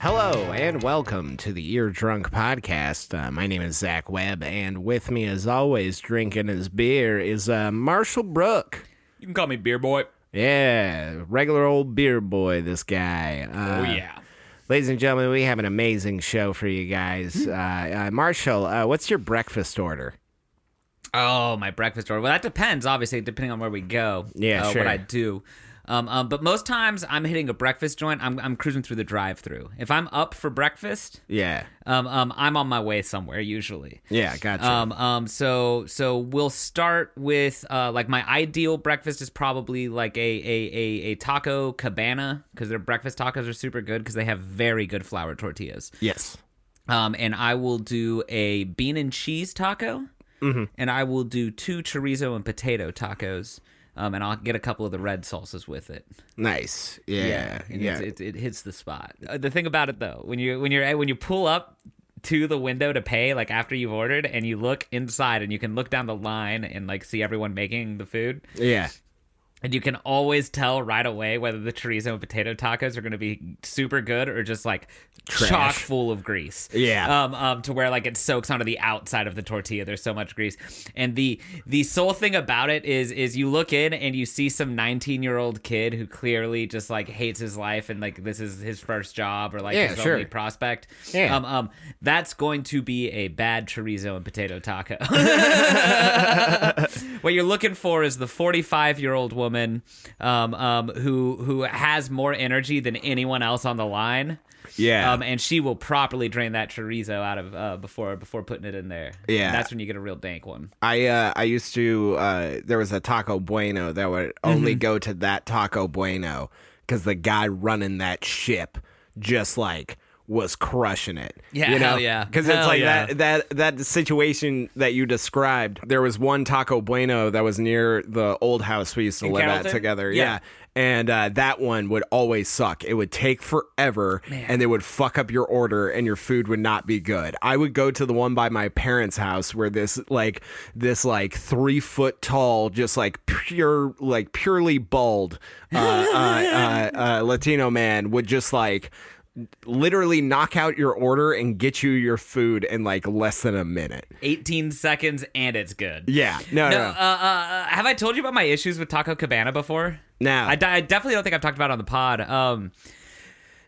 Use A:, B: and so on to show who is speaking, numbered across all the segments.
A: Hello and welcome to the Ear Drunk Podcast. Uh, my name is Zach Webb, and with me, as always, drinking his beer is uh, Marshall Brook.
B: You can call me Beer Boy.
A: Yeah, regular old beer boy, this guy. Uh,
B: oh yeah.
A: Ladies and gentlemen, we have an amazing show for you guys.
B: Hmm.
A: Uh, uh, Marshall, uh, what's your breakfast order?
B: Oh, my breakfast order. Well, that depends, obviously, depending on where we go.
A: Yeah,
B: uh,
A: sure.
B: What I do. Um, um, but most times I'm hitting a breakfast joint. I'm, I'm cruising through the drive-through. If I'm up for breakfast,
A: Yeah.
B: um, um, I'm on my way somewhere usually.
A: Yeah, gotcha.
B: Um, um, so so we'll start with uh, like my ideal breakfast is probably like a a a, a taco cabana because their breakfast tacos are super good because they have very good flour tortillas.
A: yes.
B: Um, and I will do a bean and cheese taco,
A: Mm-hmm.
B: and I will do two chorizo and potato tacos. Um, and I'll get a couple of the red salsas with it.
A: Nice. Yeah.
B: and
A: Yeah.
B: It's, it, it hits the spot. Uh, the thing about it though, when you when you're when you pull up to the window to pay, like after you've ordered, and you look inside, and you can look down the line and like see everyone making the food,
A: yeah.
B: and you can always tell right away whether the chorizo and potato tacos are going to be super good or just like
A: Trash.
B: chock full of grease.
A: Yeah.
B: Um, um, to where like it soaks onto the outside of the tortilla. There's so much grease. And the the sole thing about it is is you look in and you see some 19 year old kid who clearly just like hates his life and like this is his first job or like
A: Yeah,
B: his
A: sure.
B: only prospect.
A: Yeah.
B: Um, um, that's going to be a bad chorizo and potato taco. what you're looking for is the 45 year old woman um, um, who who has more energy than anyone else on the line.
A: Yeah.
B: Um, and she will properly drain that chorizo out of uh, before before putting it in there.
A: Yeah.
B: And that's when you get a real dank one.
A: I uh, I used to uh, there was a Taco Bueno that would only
B: Mm-hmm.
A: go to that Taco Bueno because the guy running that ship just like was crushing it.
B: Yeah,
A: you know,
B: hell yeah.
A: because it's
B: Hell
A: like
B: yeah.
A: that that that situation that you described. There was one Taco Bueno that was near the old house we used to live at
B: Carrollton?
A: together.
B: Yeah.
A: yeah. And uh, that one would always suck. It would take forever, and they would fuck up your order, and your food would not be good. I would go to the one by my parents' house where this like this like three foot tall, just like pure like purely bald uh, uh, uh, uh, Latino man would just like literally knock out your order and get you your food in like less than a minute.
B: 18 seconds and it's good.
A: Yeah, no,
B: No,
A: no,
B: uh, uh, uh, have I told you about my issues with Taco Cabana before?
A: No.
B: I, d- I definitely don't think I've talked about it on the pod. Um,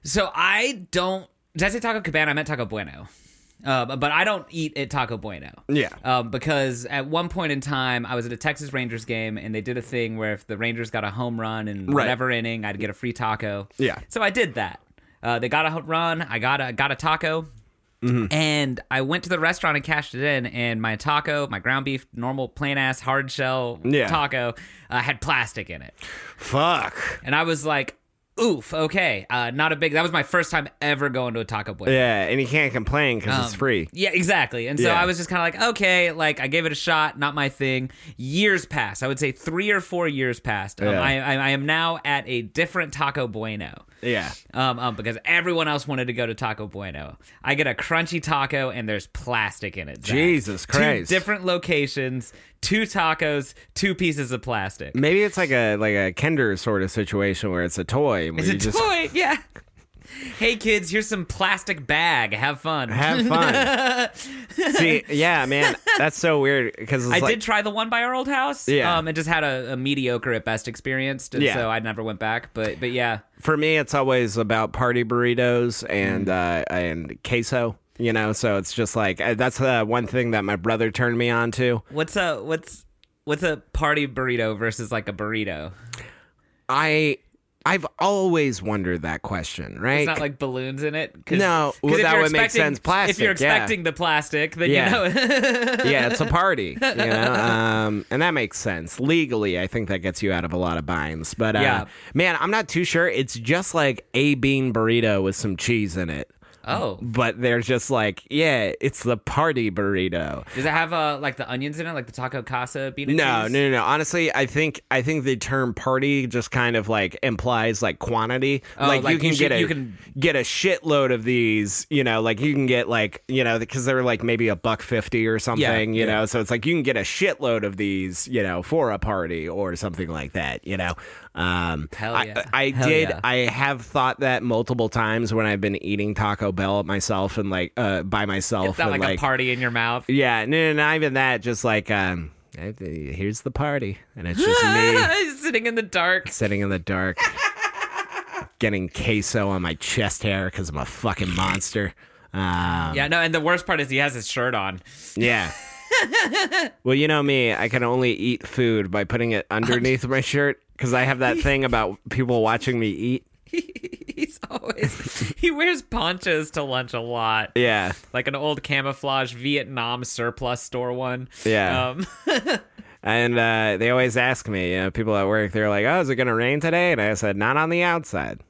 B: so I don't. Did I say Taco Cabana? I meant Taco Bueno. Uh, but I don't eat at Taco Bueno.
A: Yeah.
B: Um, because at one point in time, I was at a Texas Rangers game, and they did a thing where if the Rangers got a home run in
A: Right.
B: whatever inning, I'd get a free taco.
A: Yeah.
B: So I did that. Uh, they got a home run. I got a got a taco.
A: Mm-hmm.
B: And I went to the restaurant and cashed it in, and my taco, my ground beef, normal plain ass hard shell
A: Yeah.
B: taco, uh, had plastic in it.
A: fuck.
B: And I was like, oof, okay. Uh, not a big, that was my first time ever going to a Taco Bueno.
A: Yeah, and you can't complain because it's free.
B: Um, Yeah, exactly. And so
A: Yeah.
B: I was just kind of like, okay, like I gave it a shot, not my thing. Years passed. I would say three or four years passed. Um,
A: Yeah.
B: I, I, I am now at a different Taco Bueno.
A: Yeah.
B: Um, um, because everyone else wanted to go to Taco Bueno. I get a crunchy taco and there's plastic in it. Zach.
A: Jesus Christ.
B: Two different locations, two tacos, two pieces of plastic.
A: Maybe it's like a like a Kinder sort of situation where it's a toy. Where
B: It's
A: you
B: a
A: just
B: toy, yeah. Hey kids, here's some plastic bag. Have fun.
A: Have fun. See, yeah, man, that's so weird because
B: I did try the one by our old house.
A: Yeah.
B: Um, and just had a, a mediocre at best experience. And
A: Yeah.
B: So I never went back. But but yeah.
A: for me, it's always about party burritos and
B: Mm.
A: uh, and queso. You know, so it's just like uh, that's uh, one thing that my brother turned me on to.
B: What's a what's what's a party burrito versus like a burrito?
A: I I've always wondered that question, right?
B: It's not like balloons in it. 'Cause-
A: No,
B: 'cause if
A: that
B: you're
A: would make
B: expecting-
A: sense.
B: If you're
A: Plastic, yeah.
B: expecting the plastic, then
A: Yeah.
B: you know.
A: yeah, it's a party, you know, um, and that makes sense legally. I think that gets you out of a lot of binds. But uh,
B: Yeah.
A: man, I'm not too sure. It's just like a bean burrito with some cheese in it.
B: oh.
A: But they're just like, yeah, it's the party burrito.
B: Does it have uh, like the onions in it, like the taco casa bean? and
A: No, no,
B: cheese?
A: no, no. Honestly, I think I think the term party just kind of like implies like quantity.
B: Oh, like,
A: you can
B: you should-
A: get a
B: you can-
A: get a shitload of these. You know, like you can get like you know because they're like maybe a buck fifty or something. you
B: yeah.
A: know, so it's like you can get a shitload of these. You know, for a party or something like that. You know, Um,
B: Hell
A: I-
B: yeah.
A: I,
B: Hell
A: did.
B: yeah.
A: I have thought that multiple times when I've been eating Taco Bell myself and like uh, by myself.
B: It's not
A: and,
B: like, a party in your mouth.
A: Yeah, no, no, not even that. Just like, um, I- here's the party, and it's just me
B: Sitting in the dark.
A: sitting in the dark, getting queso on my chest hair because I'm a fucking monster. Um,
B: Yeah, no, and the worst part is he has his shirt on.
A: yeah. well, you know me. I can only eat food by putting it underneath my shirt because I have that thing about people watching me eat.
B: He's always he wears ponchos to lunch a lot.
A: Yeah.
B: Like an old camouflage Vietnam surplus store one.
A: Yeah.
B: Um,
A: And uh, they always ask me, you know, people at work, they're like, oh, is it going to rain today? And I said, not on the outside.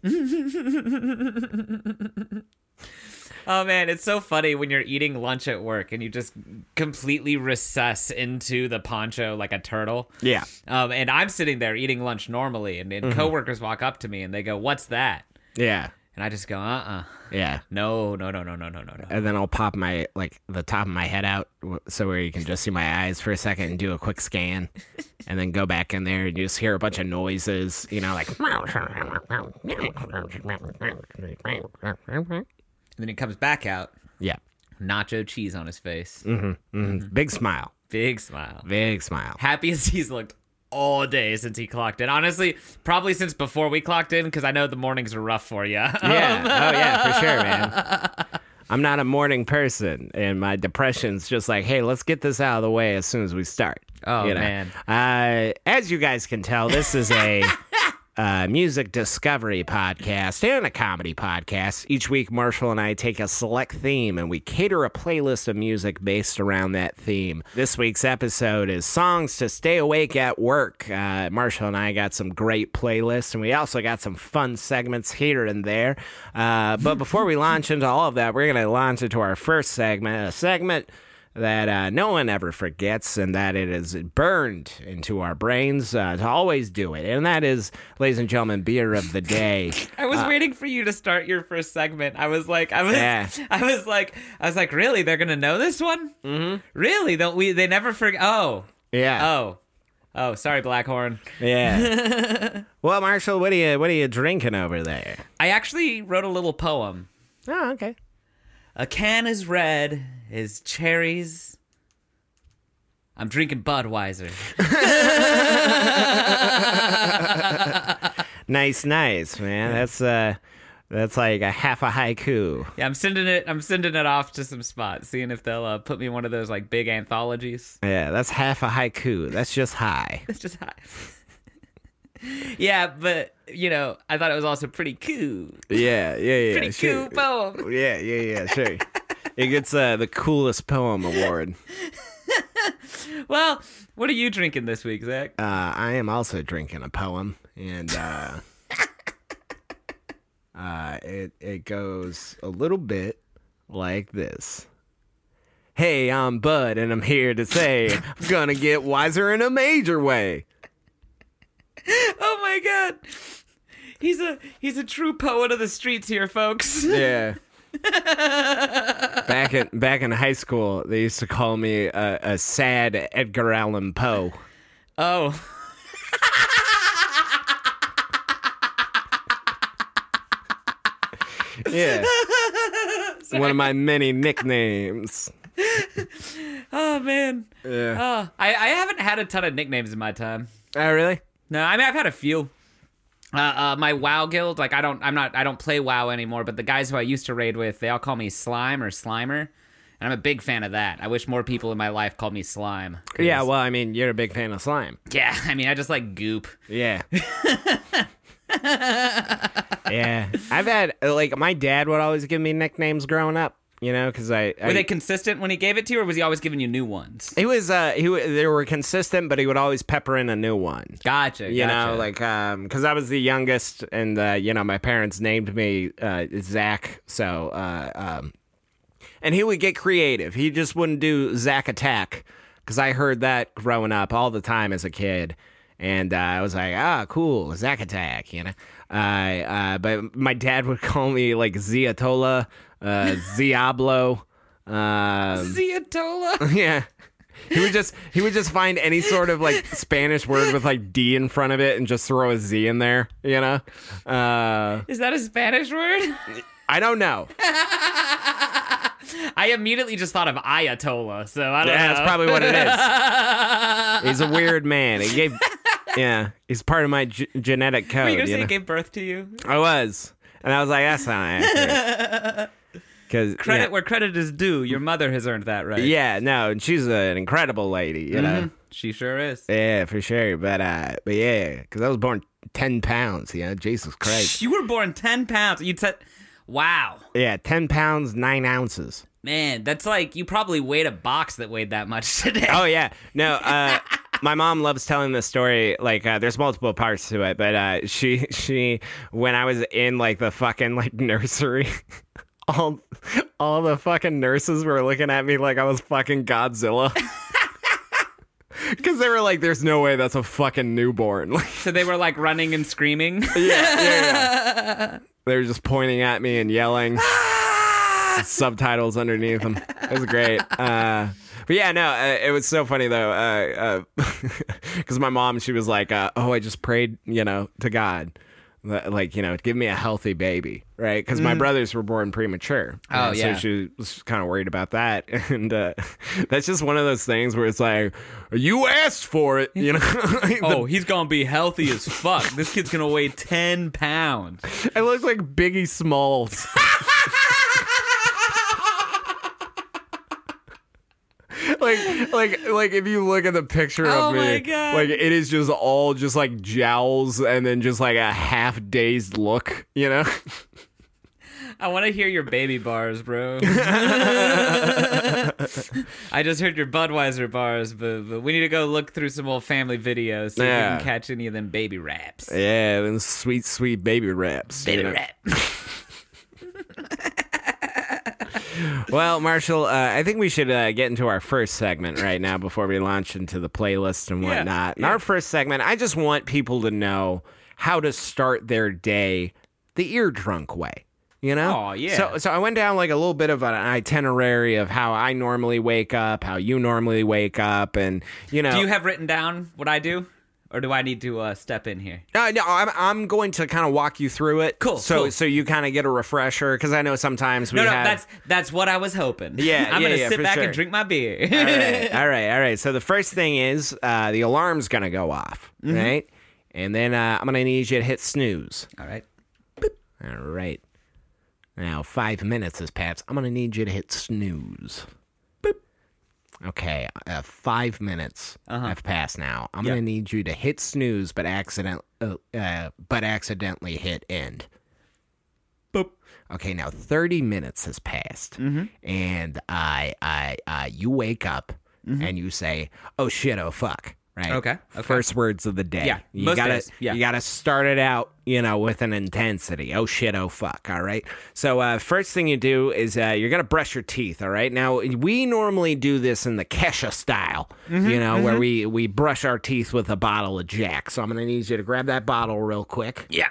B: oh man, it's so funny when you're eating lunch at work and you just completely recess into the poncho like a turtle.
A: Yeah.
B: Um, and I'm sitting there eating lunch normally, and, and
A: Mm-hmm.
B: coworkers walk up to me and they go, "What's that?"
A: Yeah.
B: And I just go, "Uh, uh
A: Yeah.
B: no, no, no, no, no, no, no, no."
A: And then I'll pop my, like, the top of my head out w- so where you can just see my eyes for a second and do a quick scan and then go back in there and you just hear a bunch of noises, you know, like.
B: And then he comes back out,
A: Yeah.
B: nacho cheese on his face, Mm-hmm.
A: Mhm. Big smile.
B: big smile,
A: Big smile.
B: happiest he's looked all day since he clocked in. Honestly, probably since before we clocked in, because I know the mornings are rough for you.
A: Yeah. Oh, yeah, for sure, man. I'm not a morning person, and my depression's just like, hey, let's get this out of the way as soon as we start.
B: Oh,
A: You know?
B: man.
A: Uh, as you guys can tell, this is a. Uh, music discovery podcast and a comedy podcast. Each week, Marshall and I take a select theme and we cater a playlist of music based around that theme. This week's episode is Songs to Stay Awake at Work. Uh, Marshall and I got some great playlists and we also got some fun segments here and there. Uh, but before we launch into all of that, we're going to launch into our first segment, a segment that uh, no one ever forgets and that it is burned into our brains uh, to always do it. And that is, ladies and gentlemen, beer of the day.
B: I was waiting for you to start your first segment. I was like, I was,
A: Yeah.
B: I was like, I was like, really? They're gonna know this one? Mm-hmm. Really? They'll, we, they never forget. Oh,
A: Yeah.
B: oh, oh. Sorry, Blackhorn.
A: Oh. Yeah. well, Marshall, what are you what are you drinking over there?
B: I actually wrote a little poem.
A: Oh, okay.
B: A can is red as cherries. I'm drinking Budweiser.
A: Nice, nice, man. That's uh that's like a half a haiku.
B: Yeah, I'm sending it. I'm sending it off to some spots, seeing if they'll uh, put me in one of those like big anthologies.
A: Yeah, that's half a haiku. That's just high.
B: It's just high. yeah, but you know, I thought it was also pretty cool.
A: Yeah, yeah, yeah.
B: Pretty cool poem.
A: Yeah, yeah, yeah, sure. it gets uh, the coolest poem award.
B: Well, what are you drinking this week, Zach?
A: Uh, I am also drinking a poem, and uh, uh, it it goes a little bit like this. Hey, I'm Bud, and I'm here to say I'm gonna get wiser in a major way.
B: Oh my god. He's a he's a true poet of the streets here, folks.
A: Yeah. back in back in high school, they used to call me a, a sad Edgar Allan Poe.
B: Oh.
A: Yeah, one of my many nicknames.
B: Oh man.
A: Yeah.
B: Oh, I, I haven't had a ton of nicknames in my time.
A: Oh, really?
B: No, I mean I've had a few. Uh, uh, my WoW guild, like I don't, I'm not, I don't play WoW anymore. But the guys who I used to raid with, they all call me Slime or Slimer, and I'm a big fan of that. I wish more people in my life called me Slime. 'Cause-
A: Yeah. Well, I mean, you're a big fan of slime.
B: yeah. I mean, I just like goop.
A: Yeah. yeah. I've had, uh, like, my dad would always give me nicknames growing up, you know, because I. I
B: Were they consistent when he gave it to you, or was he always giving you new ones?
A: he was, uh, he, wa- they were consistent, but he would always pepper in a new one.
B: Gotcha.
A: You
B: gotcha.
A: know, like, um, because I was the youngest, and, uh, you know, my parents named me, uh, Zach, so, uh, um, and he would get creative. He just wouldn't do Zach Attack because I heard that growing up all the time as a kid, and uh, I was like, ah, cool, Zach Attack, you know. Uh, uh, but my dad would call me like Ziatola, uh, Diablo, um,
B: Ziatola.
A: yeah. He would just he would just find any sort of like Spanish word with like D in front of it and just throw a Z in there. You know, uh,
B: Is that a Spanish word?
A: I don't know.
B: I immediately just thought of Ayatollah, so I don't
A: Yeah,
B: know.
A: that's probably what it is. He's a weird man. He gave, yeah, he's part of my g- genetic code.
B: Were you gonna
A: you
B: say
A: know?
B: it gave birth to you?
A: I was, and I was like, that's not accurate. Because
B: Credit where credit is due. Your mother has earned that right. Uh,
A: Yeah, no, and she's an incredible lady, you know.
B: She sure is.
A: Yeah, for sure. But uh, but yeah, because I was born ten pounds. You know, Jesus Christ.
B: You were born ten pounds. You said, "Wow,
A: yeah, ten pounds nine ounces.
B: man, that's like you probably weighed a box that weighed that much today."
A: Oh yeah, no. Uh, my mom loves telling this story. Like, uh, there's multiple parts to it, but uh, she she when I was in like the fucking like nursery. All, all the fucking nurses were looking at me like I was fucking Godzilla. Because they were like, there's no way that's a fucking newborn. Like,
B: So they were like running and screaming.
A: yeah, yeah, yeah. They were just pointing at me and yelling. subtitles underneath them. It was great. Uh, but yeah, no, uh, it was so funny though, because my mom, she was like, uh, "Oh, I just prayed, you know, to God." that, Like you know, give me a healthy baby, right? Because my brothers were born premature.
B: Mm. Oh,
A: Uh,
B: yeah.
A: So she was kind of worried about that, and uh, that's just one of those things where it's like, you asked for it, you know. The
B: oh, he's gonna be healthy as fuck. This kid's gonna weigh ten pounds.
A: I look like Biggie Smalls. like, like, like if you look at the picture
B: Oh
A: of me,
B: my God.
A: like it is just all just like jowls and then just like a half dazed look, you know?
B: I want to hear your baby bars, bro. I just heard your Budweiser bars, but, but we need to go look through some old family videos so
A: Yeah.
B: we can catch any of them baby raps.
A: Yeah, and sweet, sweet baby raps. you
B: Baby
A: know?
B: rap.
A: Well, Marshall, uh, I think we should uh, get into our first segment right now before we launch into the playlist and
B: Yeah,
A: whatnot. And
B: yeah.
A: Our first segment, I just want people to know how to start their day the ear drunk way. You know?
B: Aw, yeah.
A: So, so I went down like a little bit of an itinerary of how I normally wake up, how you normally wake up, and you know.
B: Do you have written down what I do? Or do I need to uh, step in here?
A: Uh, no, I'm I'm going to kind of walk you through it.
B: Cool,
A: So
B: cool.
A: so you kind of get a refresher because I know sometimes we
B: No, no,
A: have
B: that's that's what I was hoping.
A: Yeah,
B: I'm
A: yeah,
B: gonna
A: yeah,
B: sit
A: for
B: back
A: sure.
B: and drink my beer.
A: all right, all right, all right. So the first thing is uh, the alarm's gonna go off, right? And then uh, I'm gonna need you to hit snooze.
B: All right.
A: All right. Now five minutes has passed. I'm gonna need you to hit snooze. Okay, uh, five minutes
B: Uh-huh.
A: have passed now. I'm gonna need you to hit snooze, but accident, uh, uh, but accidentally hit end.
B: Boop. Mm-hmm.
A: Okay, now 30 minutes has passed, and I, I, I, you wake up and you say, "Oh shit! Oh fuck!" Right?
B: Mm-hmm. Okay, okay.
A: First words of the day.
B: Yeah,
A: You
B: most
A: gotta,
B: days, yeah.
A: you gotta start it out, you know, with an intensity. Oh shit! Oh fuck! All right. So uh, first thing you do is uh, you're gonna brush your teeth. All right. Now we normally do this in the Kesha style,
B: Mm-hmm,
A: you know, where we we brush our teeth with a bottle of Jack. So I'm gonna need you to grab that bottle real quick.
B: Yeah.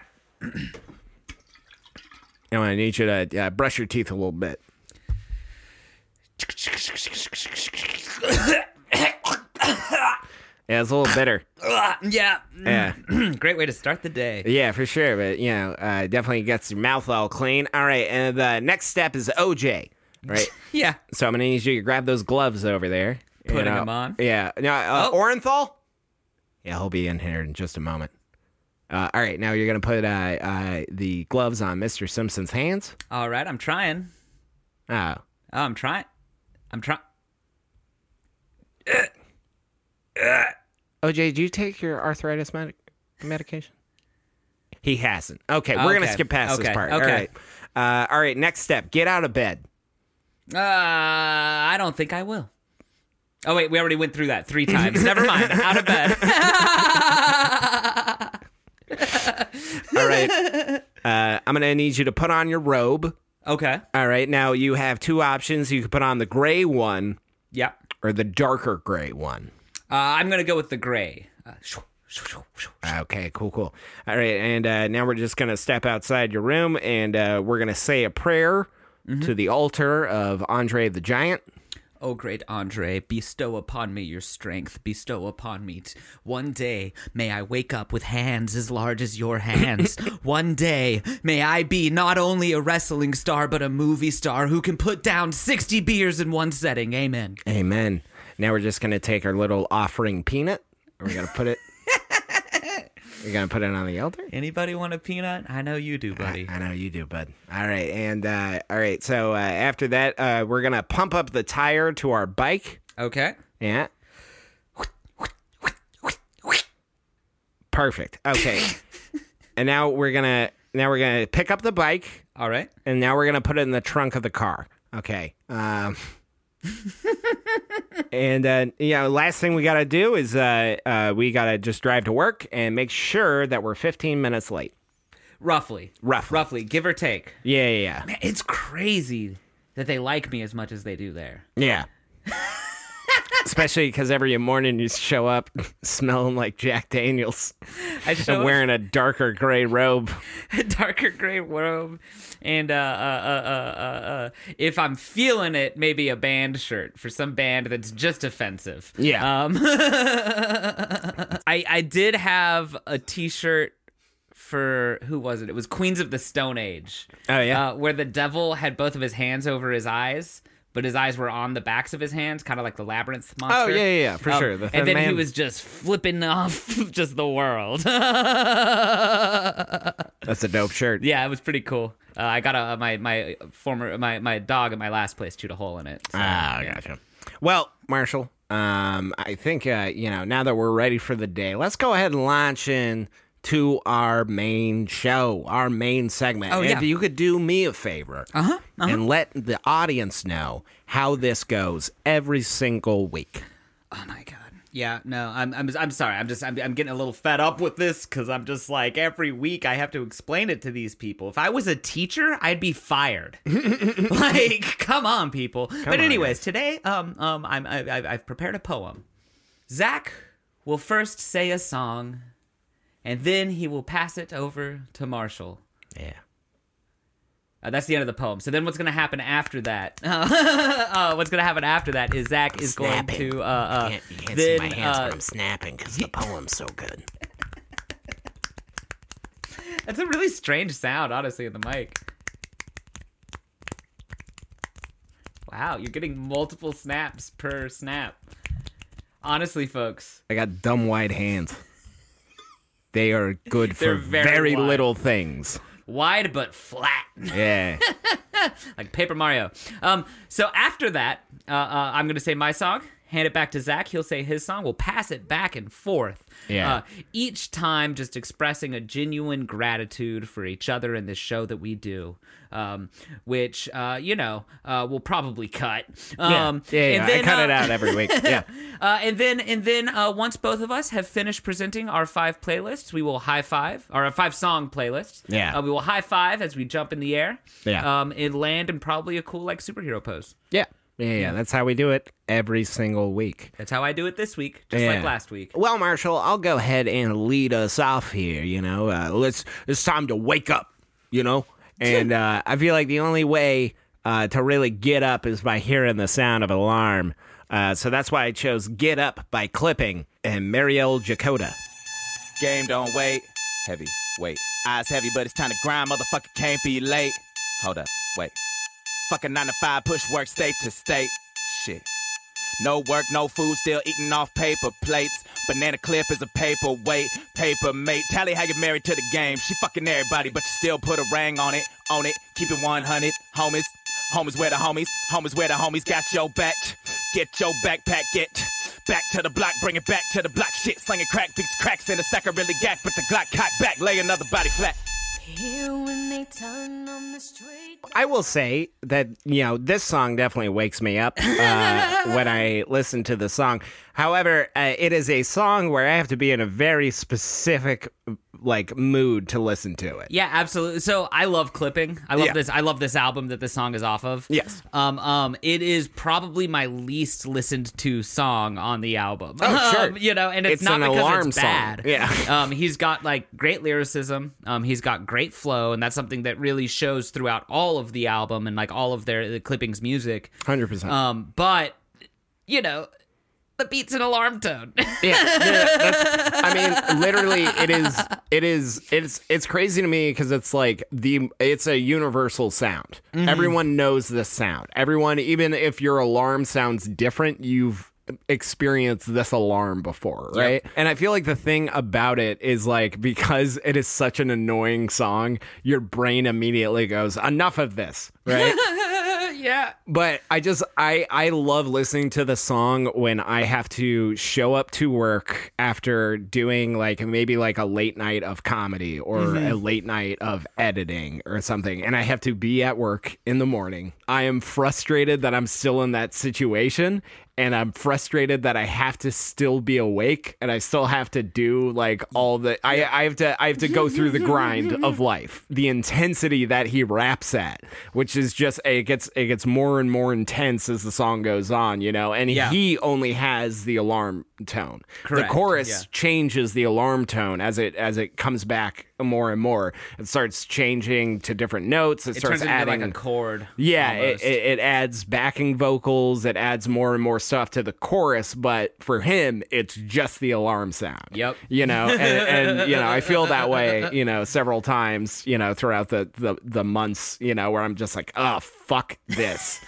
A: And I need you to uh, brush your teeth a little bit. Yeah, it's a little bitter.
B: Uh, Yeah. Mm,
A: Yeah,
B: Great way to start the day.
A: yeah, for sure. But you know, uh, definitely gets your mouth all clean. All right, and the next step is OJ. Right.
B: Yeah.
A: so I'm gonna need you to grab those gloves over there. You
B: Putting
A: know.
B: 'em on?
A: Yeah. No, uh,
B: Oh.
A: Orenthal. Yeah, he'll be in here in just a moment. Uh, all right, now you're gonna put uh, uh, the gloves on Mr. Simpson's hands.
B: All right. I'm trying.
A: Oh,
B: Oh, I'm trying. I'm trying.
A: OJ, did you take your arthritis medic- medication? He hasn't. Okay, we're gonna
B: Okay,
A: skip past this
B: okay,
A: part. All
B: okay.
A: right. Uh, all right. Next step: get out of bed.
B: Uh, I don't think I will. Oh wait, we already went through that three times. Never mind. Out of bed.
A: All right. uh, I'm gonna need you to put on your robe.
B: okay.
A: All right. Now you have two options. You can put on the gray one
B: Yeah.
A: or the darker gray one.
B: Uh, I'm gonna go with the gray. Uh, shoo, shoo, shoo, shoo.
A: Okay, cool, cool. All right, and uh, now we're just gonna step outside your room, and uh, we're gonna say a prayer to the altar of Andre the Giant.
B: Oh, great Andre, bestow upon me your strength. Bestow upon me. T- One day may I wake up with hands as large as your hands. One day may I be not only a wrestling star, but a movie star who can put down 60 beers in one setting. Amen.
A: Amen. Now we're just gonna take our little offering peanut. and We're gonna put it. we're gonna put it on the altar.
B: Anybody want a peanut? I know you do, buddy.
A: I know you do, bud. All right, and uh, all right. So uh, after that, uh, we're gonna pump up the tire to our bike.
B: Okay.
A: Yeah. Perfect. Okay. and now we're gonna now we're gonna pick up the bike,
B: All right.
A: and now we're gonna put it in the trunk of the car. Okay. Um. and uh, you know, last thing we gotta do is uh, uh, we gotta just drive to work and make sure that we're 15 minutes late.
B: Roughly.
A: Roughly.
B: Roughly, give or take.
A: Yeah, yeah, yeah.
B: Man, it's crazy that they like me as much as they do there.
A: Yeah. Especially because every morning you show up smelling like Jack Daniels
B: I
A: and
B: show up
A: wearing a darker gray robe.
B: in a darker gray robe, and uh, uh, uh, uh, uh, uh, if I'm feeling it, maybe a band shirt for some band that's just offensive.
A: Yeah.
B: Um, I I did have a T-shirt for who was it? It was Queens of the Stone Age.
A: Oh, yeah?
B: uh, where the devil had both of his hands over his eyes. But his eyes were on the backs of his hands, kind of like the labyrinth monster.
A: Oh,
B: Um,
A: yeah, yeah, yeah, for sure. The thin
B: and then he
A: man.
B: was just flipping off just the world.
A: That's a dope shirt.
B: Yeah, it was pretty cool. Uh, I got a my my former my my dog at my last place chewed a hole in it. so,
A: Ah,
B: yeah.
A: gotcha. Well, Marshall, um, I think uh, you know now that we're ready for the day, let's go ahead and launch in to our main show, our main segment.
B: Oh,
A: if
B: yeah. Uh-huh,
A: you could do me a favor and let the audience know how this goes every single week.
B: Oh my god. Yeah, no, I'm I'm I'm sorry. I'm just I'm I'm getting a little fed up with this because I'm just like every week I have to explain it to these people. If I was a teacher, I'd be fired. like, come on, people. but
A: on,
B: anyways, today um um I'm I, I, I've prepared a poem. Zach will first say a song, and then he will pass it over to Marshall.
A: Yeah.
B: Uh, that's the end of the poem. So then, what's going to happen after that? Uh, what's going to happen after that is Zach is going
A: Snapping.
B: to uh, uh,
A: Can't, you can't
B: then
A: see my hands,
B: uh,
A: but I'm snapping because the poem's so good.
B: That's a really strange sound, honestly, in the mic. Wow, you're getting multiple snaps per snap. Honestly, folks,
A: I got dumb wide hands. They are good for
B: They're very
A: very
B: wide.
A: little things.
B: wide but flat,
A: Yeah.
B: like Paper Mario. Um, so after that, uh, uh, I'm gonna say my song, hand it back to Zach. He'll say his song. We'll pass it back and forth.
A: Yeah.
B: Uh, each time, just expressing a genuine gratitude for each other and the show that we do, um, which uh, you know uh, we'll probably cut. Um,
A: yeah, yeah,
B: and
A: I
B: then,
A: cut
B: uh,
A: it out every week. Yeah.
B: Uh, and then, and then, uh, once both of us have finished presenting our five playlists, we will high five or our five song playlists.
A: Yeah.
B: uh, we will high five as we jump in the air.
A: Yeah.
B: um, and land in probably a cool like superhero pose.
A: Yeah. Yeah, yeah, that's how we do it every single week.
B: That's how I do it this week, just
A: Yeah.
B: like last week.
A: Well, Marshall, I'll go ahead and lead us off here. You know, uh, let's it's time to wake up. You know, and uh, I feel like the only way uh, to really get up is by hearing the sound of alarm. Uh, so that's why I chose "Get Up" by Clipping and Marielle Jacoda.
C: Game don't wait. Heavy, wait. Eyes heavy, but it's time to grind. Motherfucker can't be late. Hold up, wait. Fuck a nine to five, push work state to state. Shit. No work, no food, still eating off paper plates. Banana clip is a paper weight, paper mate. Tally how you married to the game. She fucking everybody, but you still put a ring on it, own it. Keep it 100, homies. Homies where the homies, homies where the homies got your back. Get your backpack, get back to the block, bring it back to the block. Shit, slinging crack, beats cracks in the sacker, really gack, but the Glock cock back, lay another body flat.
D: Here when they turn on the street.
A: I will say that you know this song definitely wakes me up uh, when I listen to the song. However, uh, it is a song where I have to be in a very specific like mood to listen to it.
B: Yeah, absolutely. So I love clipping. I love
A: Yeah.
B: this. I love this album that this song is off of.
A: Yes.
B: Um. Um. It is probably my least listened to song on the album.
A: Oh, sure.
B: Um, you know, and it's,
A: It's
B: not
A: an
B: because
A: alarm
B: it's
A: song.
B: bad.
A: Yeah.
B: Um. He's got like great lyricism. Um. He's got great flow, and that's something that really shows throughout all of the album and like all of their the clippings music.
A: Hundred percent.
B: Um, but you know, the beat's an alarm tone.
A: Yeah, yeah, that's, I mean, literally, it is. It is. It's. It's crazy to me because it's like the. It's a universal sound. Everyone knows this sound. Everyone, even if your alarm sounds different, you've experienced this alarm before, right? And I feel like the thing about it is like because it is such an annoying song, your brain immediately goes, "Enough of this," right?
B: yeah.
A: but I just I I love listening to the song when I have to show up to work after doing like maybe like a late night of comedy or a late night of editing or something and I have to be at work in the morning. I am frustrated that I'm still in that situation and I'm frustrated that I have to still be awake and I still have to do like all the I, I have to I have to go through the grind of life. The intensity that he raps at, which is just it gets it gets more and more intense as the song goes on, you know. And
B: Yeah.
A: he only has the alarm tone.
B: Correct,
A: The chorus
B: yeah.
A: changes the alarm tone as it as it comes back more and more. It starts changing to different notes. It,
B: It
A: starts
B: turns into
A: adding
B: like a chord.
A: yeah, it,
B: almost.
A: it, it adds backing vocals, it adds more and more stuff to the chorus, but for him, it's just the alarm sound.
B: Yep.
A: You know, and, and you know, I feel that way, you know, several times, you know, throughout the the, the months, you know, where I'm just like, oh fuck this.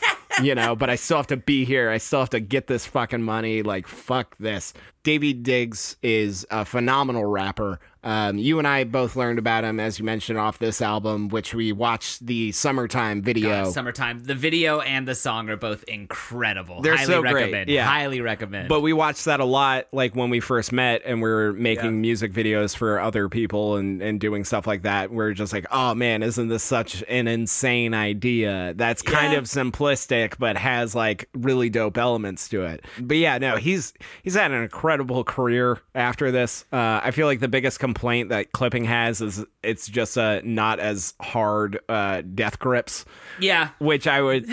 A: you know, but I still have to be here. I still have to get this fucking money. Like, fuck this. Davey Diggs is a phenomenal rapper. Um, you and I both learned about him, as you mentioned, off this album, which we watched the summertime video.
B: Summertime. The video and the song are both incredible.
A: They're
B: Highly
A: so great,
B: recommend.
A: yeah.
B: Highly recommend.
A: But we watched that a lot, like when we first met and we were making music videos for other people and, and doing stuff like that. We are just like, oh man, isn't this such an insane idea? That's kind of simplistic, but has like really dope elements to it. But yeah, no, he's he's had an incredible career after this. Uh, I feel like the biggest complaint that Clipping has is it's just uh, not as hard uh, death grips
B: yeah.
A: which I would, if,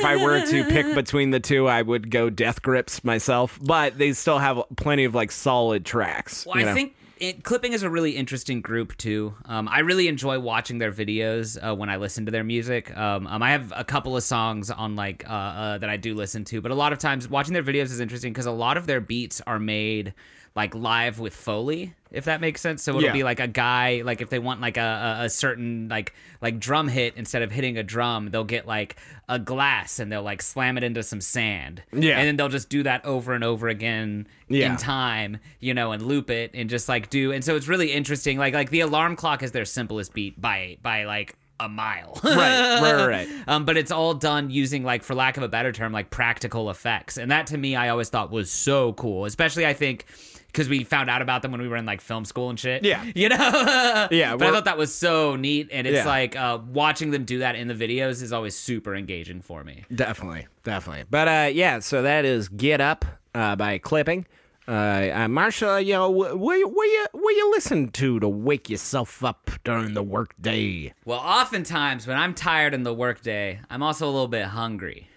A: if I were to pick between the two, I would go Death Grips myself. But they still have plenty of like solid tracks.
B: Well,
A: you
B: I
A: know?
B: think it, clipping is a really interesting group too. Um, I really enjoy watching their videos uh, when I listen to their music. Um, um, I have a couple of songs on like uh, uh, that I do listen to, but a lot of times watching their videos is interesting because a lot of their beats are made like live with Foley, if that makes sense. So it'll
A: Yeah.
B: be like a guy, like if they want like a, a, a certain like like drum hit instead of hitting a drum, they'll get like a glass and they'll like slam it into some sand.
A: Yeah.
B: and then they'll just do that over and over again
A: Yeah.
B: in time, you know, and loop it and just like do. And so it's really interesting. Like like the alarm clock is their simplest beat by by like a mile.
A: right, right, right.
B: Um, but it's all done using like, for lack of a better term, like practical effects, and that to me, I always thought was so cool. Especially, I think, because we found out about them when we were in like film school and shit.
A: Yeah.
B: you know.
A: Yeah,
B: but I
A: we're-
B: thought that was so neat, and it's
A: Yeah.
B: like uh, watching them do that in the videos is always super engaging for me.
A: Definitely, definitely. But uh, yeah, so that is Get Up uh, by Clipping. Uh, uh, Marsha, you know, wh- what you, what you, what you listen to to wake yourself up during the workday?
B: Well, oftentimes when I'm tired in the workday, I'm also a little bit hungry.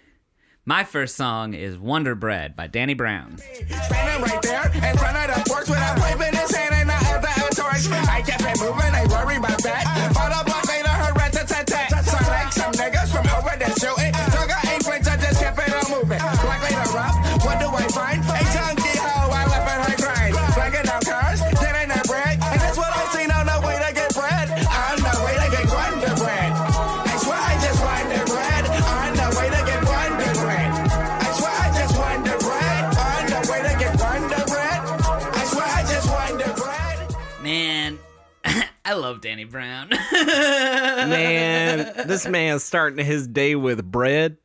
B: My first song is Wonder Bread by Danny Brown.
E: Standing right there in front of the porch with a pipe in his hand and a other a torch. I kept it moving, ain't worry about that. All the blocks ain't a rat tat tat tat. Sound like some niggas from over there shooting. Dog, I ain't flinch, I just kept it on moving. Black later rough, what do I find? A junkie hoe, I left in her grind. Blacking out cars, that ain't that bread. And that's what I seen on the way to get bread. On the way to get wonder bread. I swear I just wonder bread. On the way to get wonder bread. I swear I just wonder bread. On the way to get wonder bread. I swear I just wonder bread.
B: Man, I love Danny Brown.
A: Man, this man's starting his day with bread.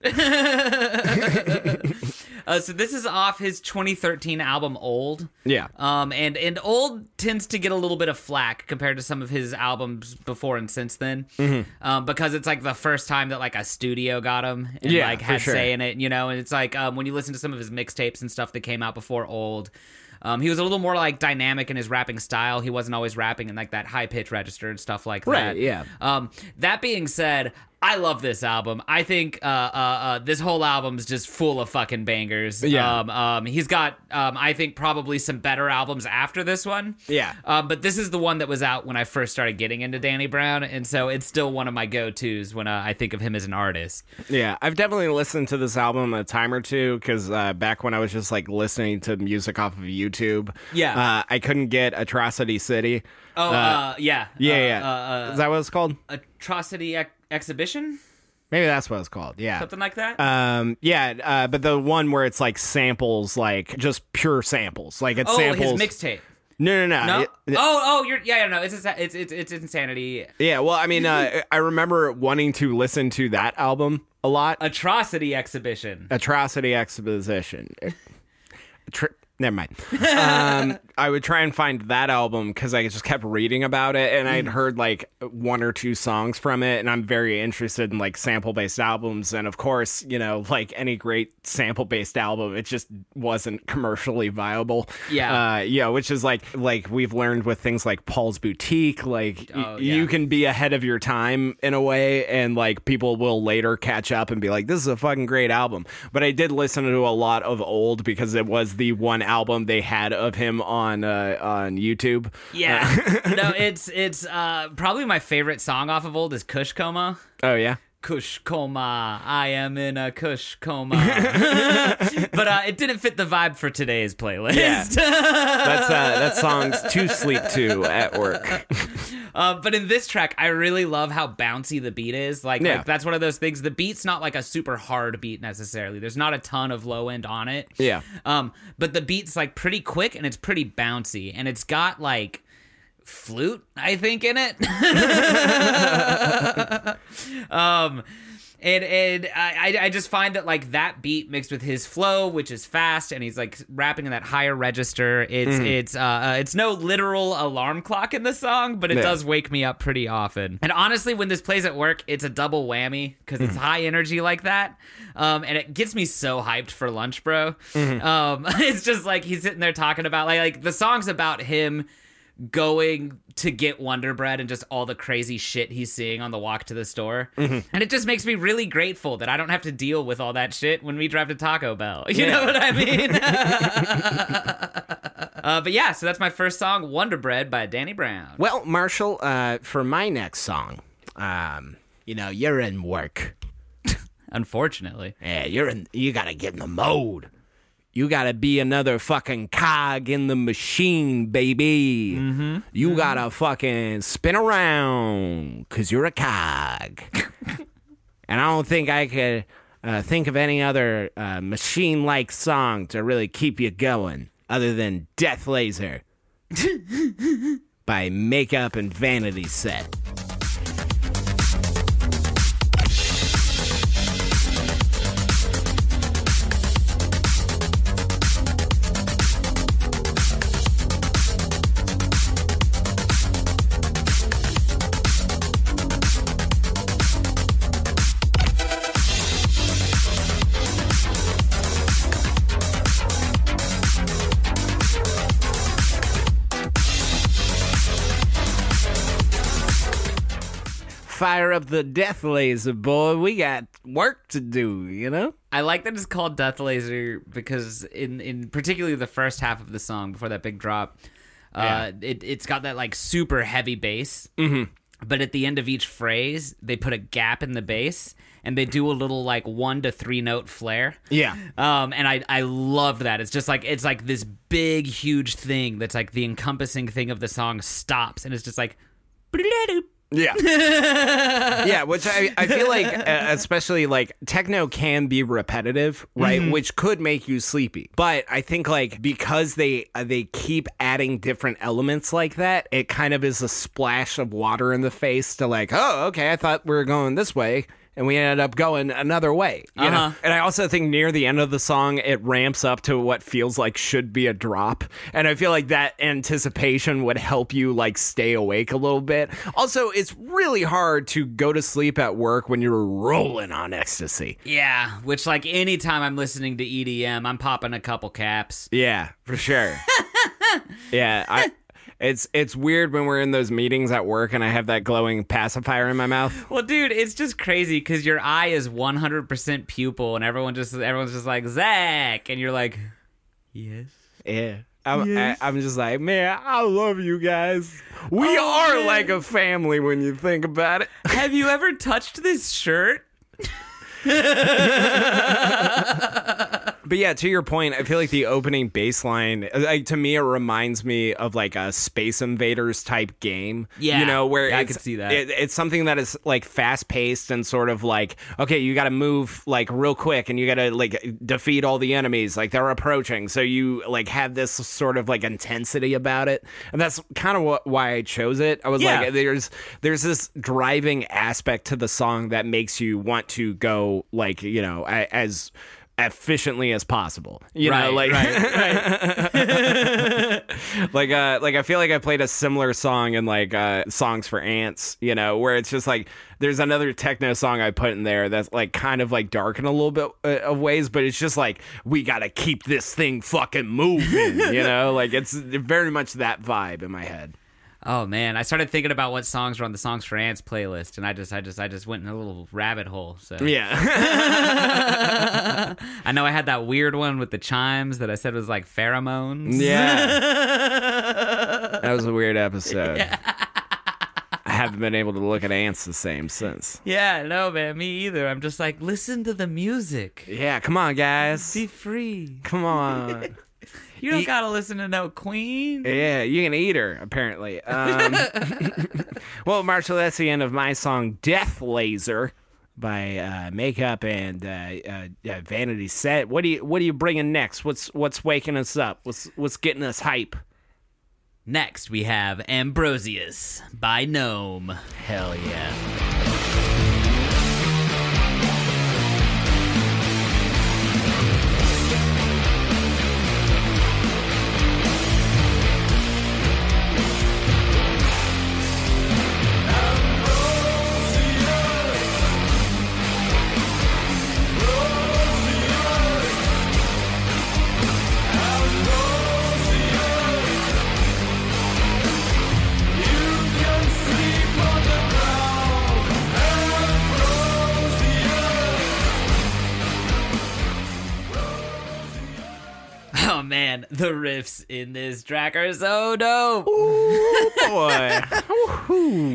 B: Uh, so this is off his 2013 album Old.
A: Yeah.
B: Um, and and Old tends to get a little bit of flack compared to some of his albums before and since then,
A: Mm-hmm.
B: um, because it's like the first time that like a studio got him and
A: Yeah,
B: like
A: for
B: had
A: sure.
B: say in it, you know. And it's like um, when you listen to some of his mixtapes and stuff that came out before Old. Um, he was a little more like dynamic in his rapping style. He wasn't always rapping in like that high pitch register and stuff like
A: Right,
B: that.
A: yeah.
B: Um, that being said, I love this album. I think uh, uh, uh, this whole album's just full of fucking bangers.
A: Yeah.
B: Um, um, he's got, um, I think, probably some better albums after this one.
A: Yeah.
B: Um, but this is the one that was out when I first started getting into Danny Brown, and so it's still one of my go-tos when uh, I think of him as an artist.
A: Yeah, I've definitely listened to this album a time or two because uh, back when I was just like listening to music off of YouTube,
B: Yeah.
A: uh, I couldn't get Atrocity City.
B: Oh, uh, yeah.
A: Yeah,
B: Uh,
A: yeah. Is that what it's called?
B: Atrocity Ex- Exhibition,
A: Maybe that's what it's called. Yeah.
B: something like that.
A: Um, yeah, uh, but the one where it's like samples, like just pure samples, like it's
B: oh,
A: samples.
B: his mixtape.
A: no, no,
B: No.
A: no. It-
B: oh, oh, you're yeah, yeah, no. It's insa- it's it's it's insanity.
A: yeah. Well, I mean, uh, I remember wanting to listen to that album a lot.
B: Atrocity Exhibition.
A: atrocity exposition. Tri- Never mind. Um, I would try and find that album because I just kept reading about it, and I'd heard like one or two songs from it, and I'm very interested in like sample based albums. And of course, you know, like any great sample based album, it just wasn't commercially viable.
B: Yeah.
A: uh, yeah, which is like like we've learned with things like Paul's Boutique, like y-
B: Oh, yeah.
A: you can be ahead of your time in a way and like people will later catch up and be like this is a fucking great album but i did listen to a lot of old because it was the one album they had of him on uh, on youtube
B: Yeah. no, it's it's uh probably my favorite song off of old is Kush Coma.
A: oh yeah
B: Kush coma. I am in a kush coma. but uh, it didn't fit the vibe for today's playlist.
A: that's uh, that song's too sleep to at work
B: Uh, but in this track, I really love how bouncy the beat is. Like,
A: Yeah.
B: like, that's one of those things. The beat's not like a super hard beat necessarily. There's not a ton of low end on it.
A: Yeah.
B: Um, but the beat's like pretty quick and it's pretty bouncy and it's got like flute, I think, in it. um and and I I- I just find that like that beat mixed with his flow, which is fast, and he's like rapping in that higher register. It's it's uh, uh it's no literal alarm clock in the song, but it
A: Yeah.
B: does wake me up pretty often. And honestly, when this plays at work, it's a double whammy because it's high energy like that, um, and it gets me so hyped for lunch, bro. Um, it's just like he's sitting there talking about like like the song's about him going to get Wonder Bread and just all the crazy shit he's seeing on the walk to the store. And it just makes me really grateful that I don't have to deal with all that shit when we drive to Taco Bell. You know what I mean? uh, but yeah, so that's my first song, Wonder Bread by Danny Brown.
A: well marshall uh, for my next song um, you know you're in work
B: Unfortunately.
A: Yeah, you're in. You gotta get in the mode. You gotta be another fucking cog in the machine, baby. You gotta fucking spin around, cause you're a cog. and I don't think I could uh, think of any other uh, machine-like song to really keep you going, other than "Death Laser" by Makeup and Vanity Set. Fire up the death laser, boy. We got work to do, you know.
B: I like that it's called Death Laser because in in particularly the first half of the song before that big drop, uh, it it's got that like super heavy bass. Mm-hmm. But at the end of each phrase, they put a gap in the bass and they do a little like one to three note flare.
A: Yeah.
B: Um, and I I love that. It's just like it's like this big huge thing that's like the encompassing thing of the song stops and it's just like.
A: Yeah. yeah, which I, I feel like, uh, especially like techno can be repetitive, right? Which could make you sleepy. But I think like because they uh, they keep adding different elements like that, it kind of is a splash of water in the face to like, oh, okay, I thought we were going this way. And we ended up going another way. You know? And I also think near the end of the song, it ramps up to what feels like should be a drop. And I feel like that anticipation would help you like stay awake a little bit. Also, it's really hard to go to sleep at work when you're rolling on ecstasy.
B: Yeah, which like anytime I'm listening to E EDM, I'm popping a couple caps.
A: Yeah, for sure. yeah, I It's it's weird when we're in those meetings at work and I have that glowing pacifier in my mouth.
B: Well, dude, it's just crazy because your eye is 100% pupil, and everyone just everyone's just like Zach, and you're like, yes.
A: Yeah. I'm, I, I'm just like, man, I love you guys. We are
B: man.
A: like a family when you think about it.
B: Have you ever touched this shirt?
A: But yeah, to your point, I feel like the opening baseline, like to me, it reminds me of like a Space Invaders type game.
B: Yeah.
A: you know where
B: Yeah, I
A: it's-
B: could see that.
A: It, it's something that is like fast paced and sort of like okay, you got to move like real quick and you got to like defeat all the enemies like they're approaching. So you like have this sort of like intensity about it, and that's kind of what why I chose it. I was
B: Yeah.
A: like, there's there's this driving aspect to the song that makes you want to go like you know a- as efficiently as possible you
B: right,
A: know like
B: right, right.
A: like uh like i feel like i played a similar song in like uh songs for ants you know where it's just like there's another techno song i put in there that's like kind of like dark in a little bit uh, of ways but it's just like we gotta keep this thing fucking moving you know like it's very much that vibe in my head
B: Oh man, I started thinking about what songs were on the Songs for Ants playlist, and I just, I just, I just went in a little rabbit hole. So
A: yeah
B: I know I had that weird one with the chimes that I said was like pheromones.
A: yeah that was a weird episode i haven't been able to look at ants the same since
B: Yeah, no, man, me either. I'm just like, listen to the music.
A: yeah come on guys
B: Be free.
A: come on
B: You don't gotta listen to no Queen.
A: Yeah, you can eat her, apparently. Um, well, Marshall, that's the end of my song Death Laser by uh, Makeup and uh, uh, uh, Vanity Set. What do you what are you bringing next? What's what's waking us up? What's what's getting us hype?
B: Next, we have Ambrosius by Gnome. Hell yeah. Oh man, the riffs in this track are so dope.
A: Boy,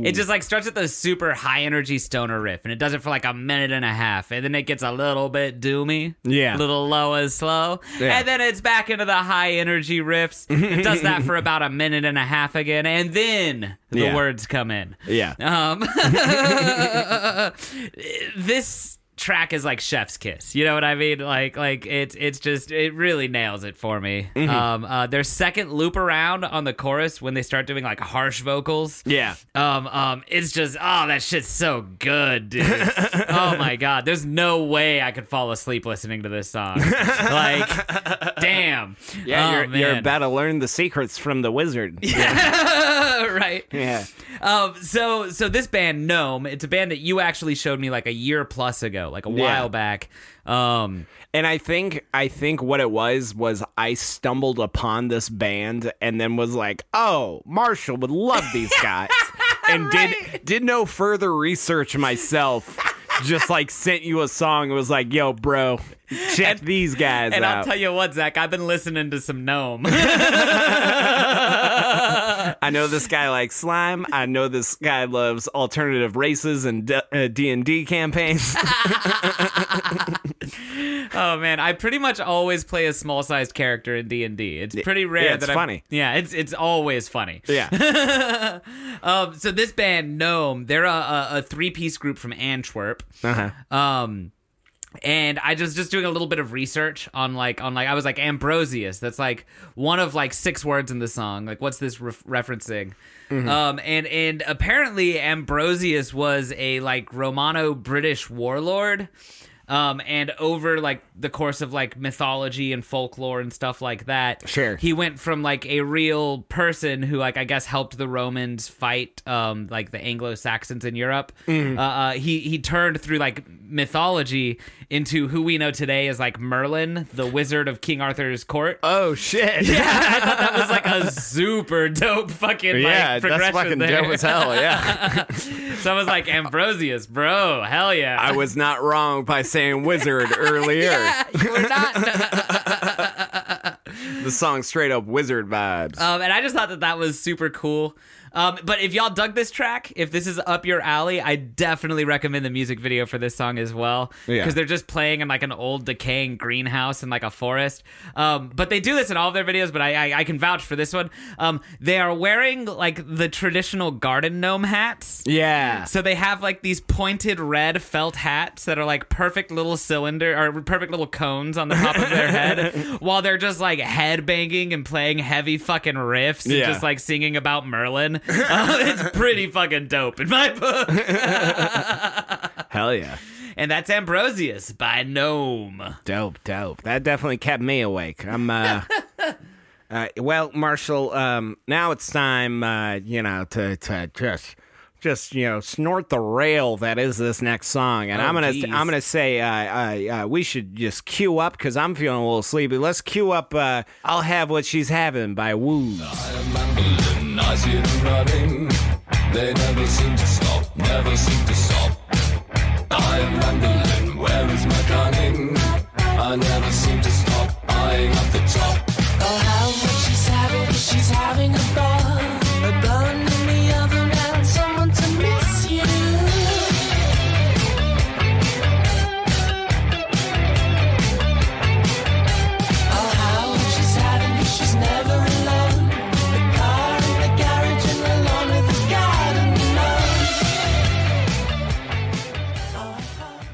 B: It just like starts with a super high energy stoner riff, and it does it for like a minute and a half, and then it gets a little bit doomy,
A: Yeah.
B: a little low and slow,
A: Yeah.
B: and then it's back into the high energy riffs. it does that for about a minute and a half again, and then the
A: Yeah.
B: words come in.
A: yeah,
B: Um, this track is like chef's kiss you know what i mean like like it's it's just it really nails it for me
A: Mm-hmm.
B: um uh their second loop around on the chorus when they start doing like harsh vocals
A: yeah.
B: um um it's just oh that shit's so good dude oh my god there's no way i could fall asleep listening to this song like damn
A: Yeah,
B: Oh,
A: you're, you're
B: man.
A: about to learn the secrets from the wizard.
B: right
A: Yeah.
B: Um, so so this band Gnome, it's a band that you actually showed me like a year plus ago, like a
A: Yeah.
B: while back. Um,
A: And I think I think what it was was I stumbled upon this band and then was like, "Oh, Marshall would love these guys." and did did no further research myself. just like sent you a song and was like, "Yo, bro, check these guys
B: and
A: out."
B: I'll tell you what, Zach, I've been listening to some Gnome.
A: I know this guy likes slime. I know this guy loves alternative races and D and D campaigns.
B: oh man, I pretty much always play a small sized character in D and D. It's pretty rare
A: it's
B: that I'm-
A: funny.
B: Yeah, it's it's always funny.
A: yeah,
B: Um, so this band Gnome, they're a, a, a three piece group from Antwerp. Uh-huh. Um, and I just just doing a little bit of research on like on like I was like Ambrosius. That's like one of like six words in the song. Like what's this ref referencing?
A: Mm-hmm.
B: Um, and and apparently Ambrosius was a like Romano British warlord. Um, and over like the course of like mythology and folklore and stuff like that,
A: Sure.
B: he went from like a real person who like I guess helped the Romans fight um like the Anglo Saxons in Europe.
F: Mm.
B: Uh, uh, he he turned through like mythology into who we know today as like Merlin, the wizard of King Arthur's court.
F: Oh shit!
B: I thought that was like a super dope
F: yeah,
B: fucking like,
F: that's
B: progression
F: fucking
B: there.
F: dope as hell. Yeah,
B: So I was like Ambrosius, bro, hell yeah.
A: I was not wrong by saying wizard earlier.
B: you were not.
A: The song straight up wizard vibes.
B: Um, and I just thought that that was super cool. Um, but if y'all dug this track, if this is up your alley, I definitely recommend the music video for this song as well. Because
A: Yeah.
B: they're just playing in like an old decaying greenhouse in like a forest. Um, but they do this in all of their videos, but I, I, I can vouch for this one. Um, they are wearing like the traditional garden gnome hats.
A: yeah.
B: So they have like these pointed red felt hats that are like perfect little cylinder or perfect little cones on the top of their head while they're just like head banging and playing heavy fucking riffs and
A: Yeah.
B: just like singing about Merlin. Uh, it's pretty fucking dope in my book.
A: Hell yeah.
B: And that's Ambrosius by Gnome.
A: Dope, dope. That definitely kept me awake. I'm uh, uh well, Marshall, um now it's time uh, you know, to to just just you know, snort the rail that is this next song, and I'm gonna
B: Oh, geez.
A: I'm gonna say uh, uh, uh, we should just queue up because I'm feeling a little sleepy. Let's queue up. Uh, I'll have what she's having by Woo.
B: Uh.
G: mumbling, I see them running. They never seem to stop, never seem to stop. I am rambling, where is my cunning? I never seem to stop, eyeing up the top.
H: Oh, how much she's having, she's having a ball. A bun in the oven and someone to miss you. Oh, how much she's having, she's never alone. The car in the garage and the lawn with the garden gnome.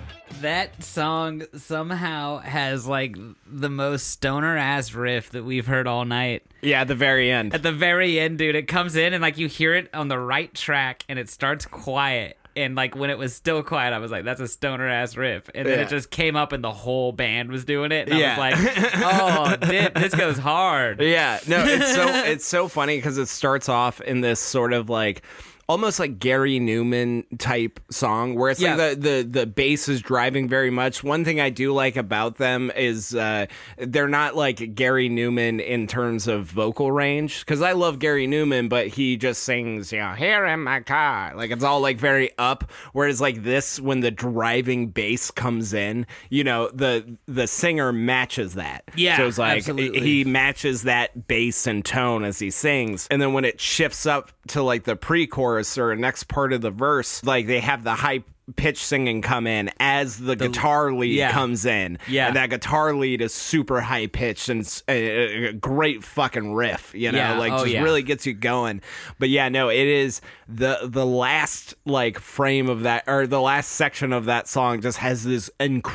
B: That song somehow has like the most stoner ass riff that we've heard all night.
A: Yeah, at the very end.
B: At the very end, dude, it comes in and like you hear it on the right track and it starts quiet. And like when it was still quiet, I was like, that's a stoner ass riff. And then
A: Yeah.
B: it just came up and the whole band was doing it. And
A: Yeah.
B: I was like, oh, dip, this goes hard.
A: Yeah, no, it's so it's so funny because it starts off in this sort of like almost like Gary Newman type song where it's
B: Yeah.
A: like the, the the bass is driving very much. One thing I do like about them is uh, they're not like Gary Newman in terms of vocal range because I love Gary Newman, but he just sings you know here in my car like it's all like very up. Whereas like this when the driving bass comes in, you know the the singer matches that.
B: Yeah,
A: so it's like
B: absolutely.
A: he matches that bass and tone as he sings. And then when it shifts up to like the pre chorus or next part of the verse, like they have the high pitch singing come in as the, guitar lead
B: yeah.
A: comes in.
B: Yeah.
A: And that guitar lead is super high pitched and it's a, a- a great fucking riff, you know,
B: Yeah,
A: like
B: oh,
A: just
B: yeah.
A: really gets you going. But yeah, no, it is the the last like frame of that or the last section of that song just has this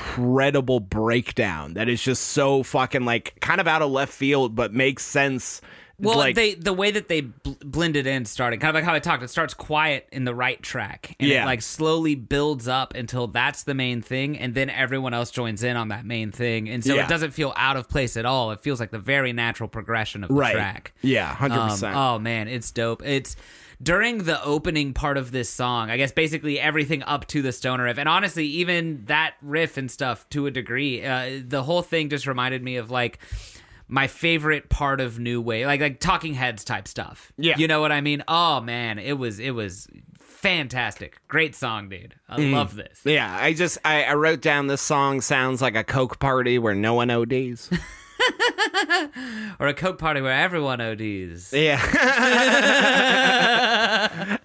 A: incredible breakdown that is just so fucking like kind of out of left field but makes sense.
B: Well,
A: like,
B: they the way that they bl- blended in started kind of like how I talked. It starts quiet in the right track, and it
A: Yeah.
B: like slowly builds up until that's the main thing, and then everyone else joins in on that main thing, and so
A: Yeah.
B: it doesn't feel out of place at all. It feels like the very natural progression of the
A: right.
B: track.
A: Yeah, hundred
B: Um,
A: percent.
B: oh man, it's dope. It's during the opening part of this song. I guess basically everything up to the stoner riff, and honestly, even that riff and stuff to a degree. Uh, the whole thing just reminded me of like my favorite part of new wave, like like Talking Heads type stuff.
A: Yeah.
B: you know what I mean. Oh man, it was it was fantastic. Great song, dude. I love this.
A: Mm. Yeah, I just I, I wrote down this song sounds like a coke party where no one ODs.
B: Or a coke party where everyone ODs.
A: Yeah.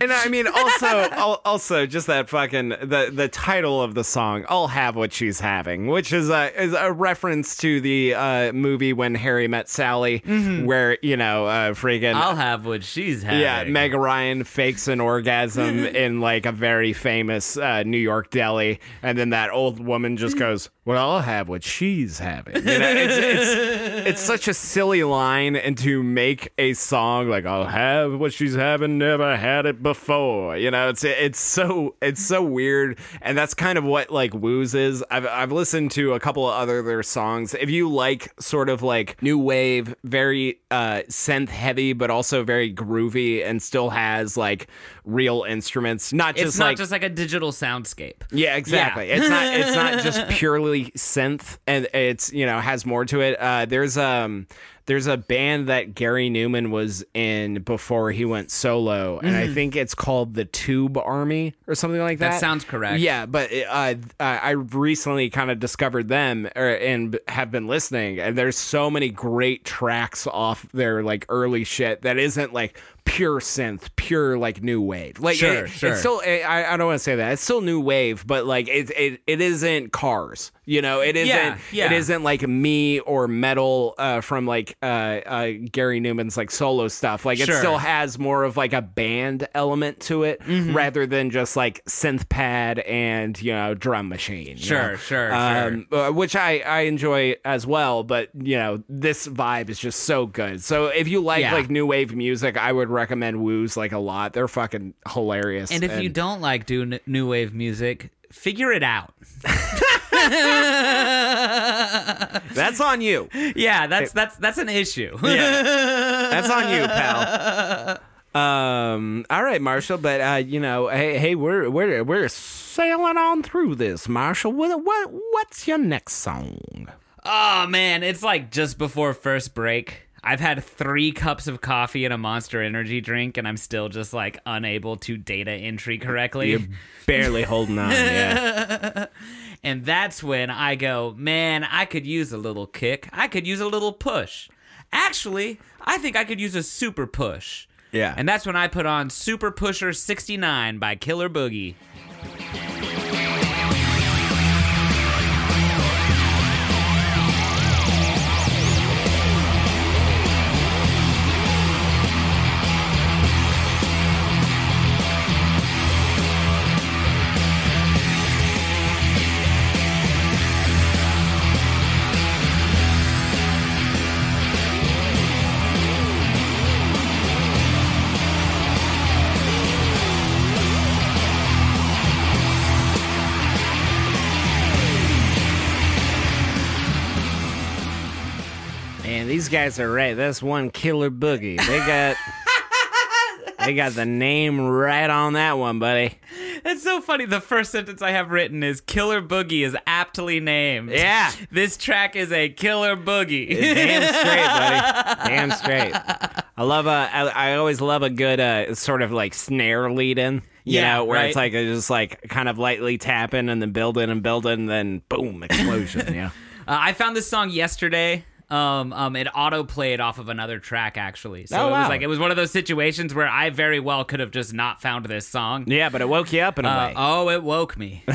A: and I mean, also, al- also, just that fucking the the title of the song, "I'll Have What She's Having," which is a is a reference to the uh, movie when Harry met Sally, where you know, uh, freaking.
B: Mm-hmm. I'll have what she's having.
A: yeah, Meg Ryan fakes an
B: Mm-hmm.
A: orgasm in like a very famous uh, New York deli, and then that old woman just goes, Well, I'll have what she's having. You know, it's, it's, it's such a silly line, and to make a song like "I'll have what she's having," never had it before. You know, it's it's so it's so weird, and that's kind of what like Woo's is. I've I've listened to a couple of other their songs. If you like sort of like new wave, very uh, synth heavy, but also very groovy, and still has like real instruments, not just
B: it's not
A: like
B: just like a digital soundscape.
A: yeah, exactly. It's not it's not just purely synth and it's you know has more to it. Uh there's um there's a band that Gary Newman was in before he went solo and I think it's called the Tube Army or something like that.
B: That sounds correct.
A: Yeah, but uh, I- I recently kind of discovered them er, and have been listening, and there's so many great tracks off their like early shit that isn't like pure synth, pure like new wave. Like
B: Sure,
A: it-
B: sure.
A: it's still eh, I, I don't want to say that it's still new wave, but like it it, it isn't cars. You know, it isn't
B: Yeah,
A: it
B: yeah.
A: isn't like me or metal uh, from like uh, uh, Gary Newman's like solo stuff. Like it
B: Sure. Mm-hmm.
A: still has more of like a band element to it rather than just like synth pad and you know drum machine. you
B: Sure,
A: know?
B: sure,
A: um, uh, which I I enjoy as well. But you know this vibe is just so good. So if you like
B: Yeah.
A: like new wave music, I would recommend Woo's like a lot. They're fucking hilarious.
B: And if you don't like do n- new wave music, figure it out.
A: that's on you.
B: Yeah, that's that's that's an issue.
A: That's on you, pal. Um. All right, Marshall. But uh, you know, hey, hey, we're we're we're sailing on through this, Marshall. What what what's your next song?
B: Oh man, it's like just before first break. I've had three cups of coffee and a monster energy drink, and I'm still just like unable to data entry correctly.
A: You're barely holding on. Yeah.
B: And that's when I go, man, I could use a little kick. I could use a little push. Actually, I think I could use a super push.
A: Yeah.
B: And that's when I put on Super Pusher 69 by Killer Boogie.
A: Man, these guys are right. That's one killer boogie. They got they got the name right on that one, buddy.
B: It's so funny. The first sentence I have written is Killer Boogie is aptly named.
A: Yeah.
B: This track is a killer boogie.
A: Damn straight, buddy. Damn straight. I love a. I, I always love a good uh, sort of like snare lead in. You
B: Yeah,
A: know, where it's
B: right.
A: like it's just like kind of lightly tapping and then building and building, and then boom, explosion. yeah.
B: Uh, I found this song yesterday. Um, um, it auto played off of another track actually, so
A: Oh,
B: it was
A: wow.
B: like it was one of those situations where I very well could have just not found this song.
A: Yeah, but it woke you up in a
B: Uh,
A: way.
B: oh, it woke me. oh,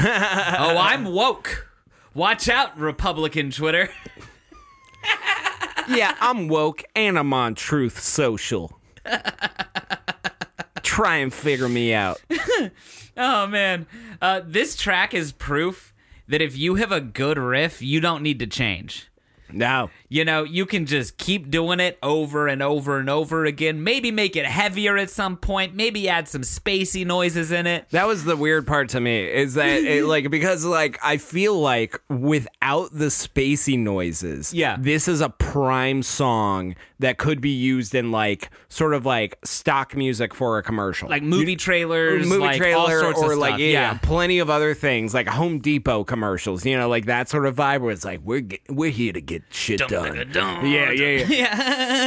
B: I'm woke. Watch out, Republican Twitter.
A: yeah, I'm woke and I'm on Truth Social. Try and figure me out.
B: Oh man, uh, this track is proof that if you have a good riff, you don't need to change.
A: No.
B: You know, you can just keep doing it over and over and over again. Maybe make it heavier at some point. Maybe add some spacey noises in it.
A: That was the weird part to me is that it, like because like I feel like without the spacey noises,
B: Yeah.
A: this is a prime song that could be used in like sort of like stock music for a commercial,
B: like movie trailers,
A: movie
B: like
A: trailer
B: all sorts
A: or
B: of
A: like
B: stuff.
A: yeah, plenty of other things like Home Depot commercials, you know, like that sort of vibe where it's like we're get, we're here to get shit done. Yeah, yeah, yeah.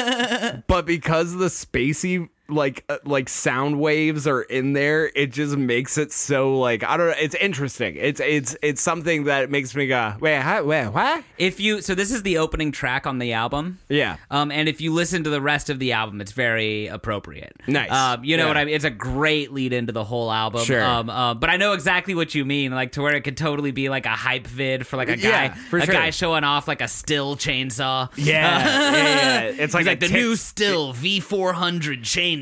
A: but because the spacey like uh, like sound waves are in there, it just makes it so like I don't know. It's interesting. It's it's it's something that makes me go wait, huh, wait, what?
B: If you so this is the opening track on the album.
A: Yeah.
B: Um, and if you listen to the rest of the album, it's very appropriate.
A: Nice.
B: Um, you know
A: Yeah.
B: what I mean? It's a great lead into the whole album.
A: Sure.
B: Um, uh, but I know exactly what you mean, like to where it could totally be like a hype vid for like a guy,
A: Yeah, for
B: a
A: sure.
B: guy showing off like a still chainsaw.
A: Yeah, yeah, yeah. It's
B: Like,
A: like
B: like
A: a
B: the
A: tic-
B: new still V four hundred chainsaw.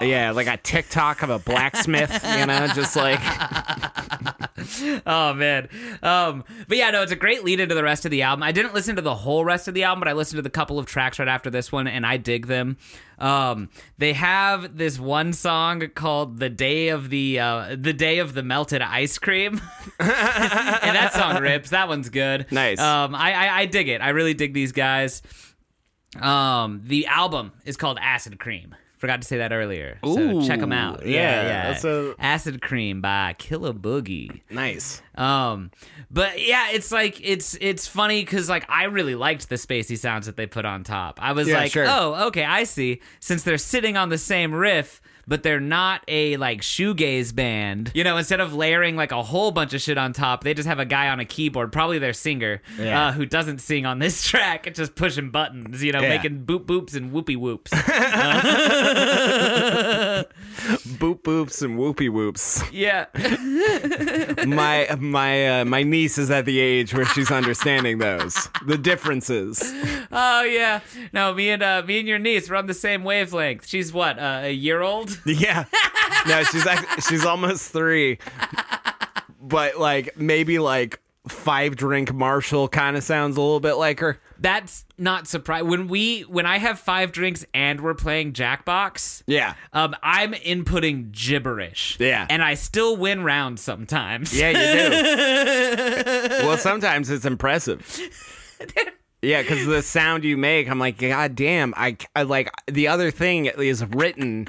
A: Yeah, like a TikTok of a blacksmith, you know, just like
B: oh man. Um, but yeah, no, it's a great lead into the rest of the album. I didn't listen to the whole rest of the album, but I listened to the couple of tracks right after this one, and I dig them. Um, they have this one song called "The Day of the uh, The Day of the Melted Ice Cream," and that song rips. That one's good.
F: Nice.
B: Um, I, I I dig it. I really dig these guys. Um, the album is called Acid Cream. Forgot to say that earlier. so check them out.
F: Ooh, yeah, that's a-
B: Acid Cream by Killer Boogie.
A: Nice.
B: Um, but yeah, it's like it's it's funny because like I really liked the spacey sounds that they put on top. I was
A: Yeah,
B: like,
A: sure.
B: oh, okay, I see. Since they're sitting on the same riff, but they're not a like shoegaze band. You know, instead of layering like a whole bunch of shit on top, they just have a guy on a keyboard, probably their singer, uh, who doesn't sing on this track. It's just pushing buttons. You know,
A: Yeah.
B: making boop boops and whoopee whoops.
A: Boop boops and whoopee whoops.
B: yeah.
A: my my uh, my niece is at the age where she's understanding those the differences.
B: Oh yeah. No, me and uh, me and your niece were on the same wavelength. She's what uh, a year old.
A: Yeah. No, she's act- she's almost three, but like maybe like five drink Marshall kind of sounds a little bit like her.
B: That's not surprising. When we when I have five drinks and we're playing Jackbox,
A: Yeah.
B: um, I'm inputting gibberish.
A: Yeah.
B: and I still win rounds sometimes.
A: Yeah, you do. well, sometimes it's impressive. Yeah, because the sound you make, I'm like, God damn! I, I like the other thing is written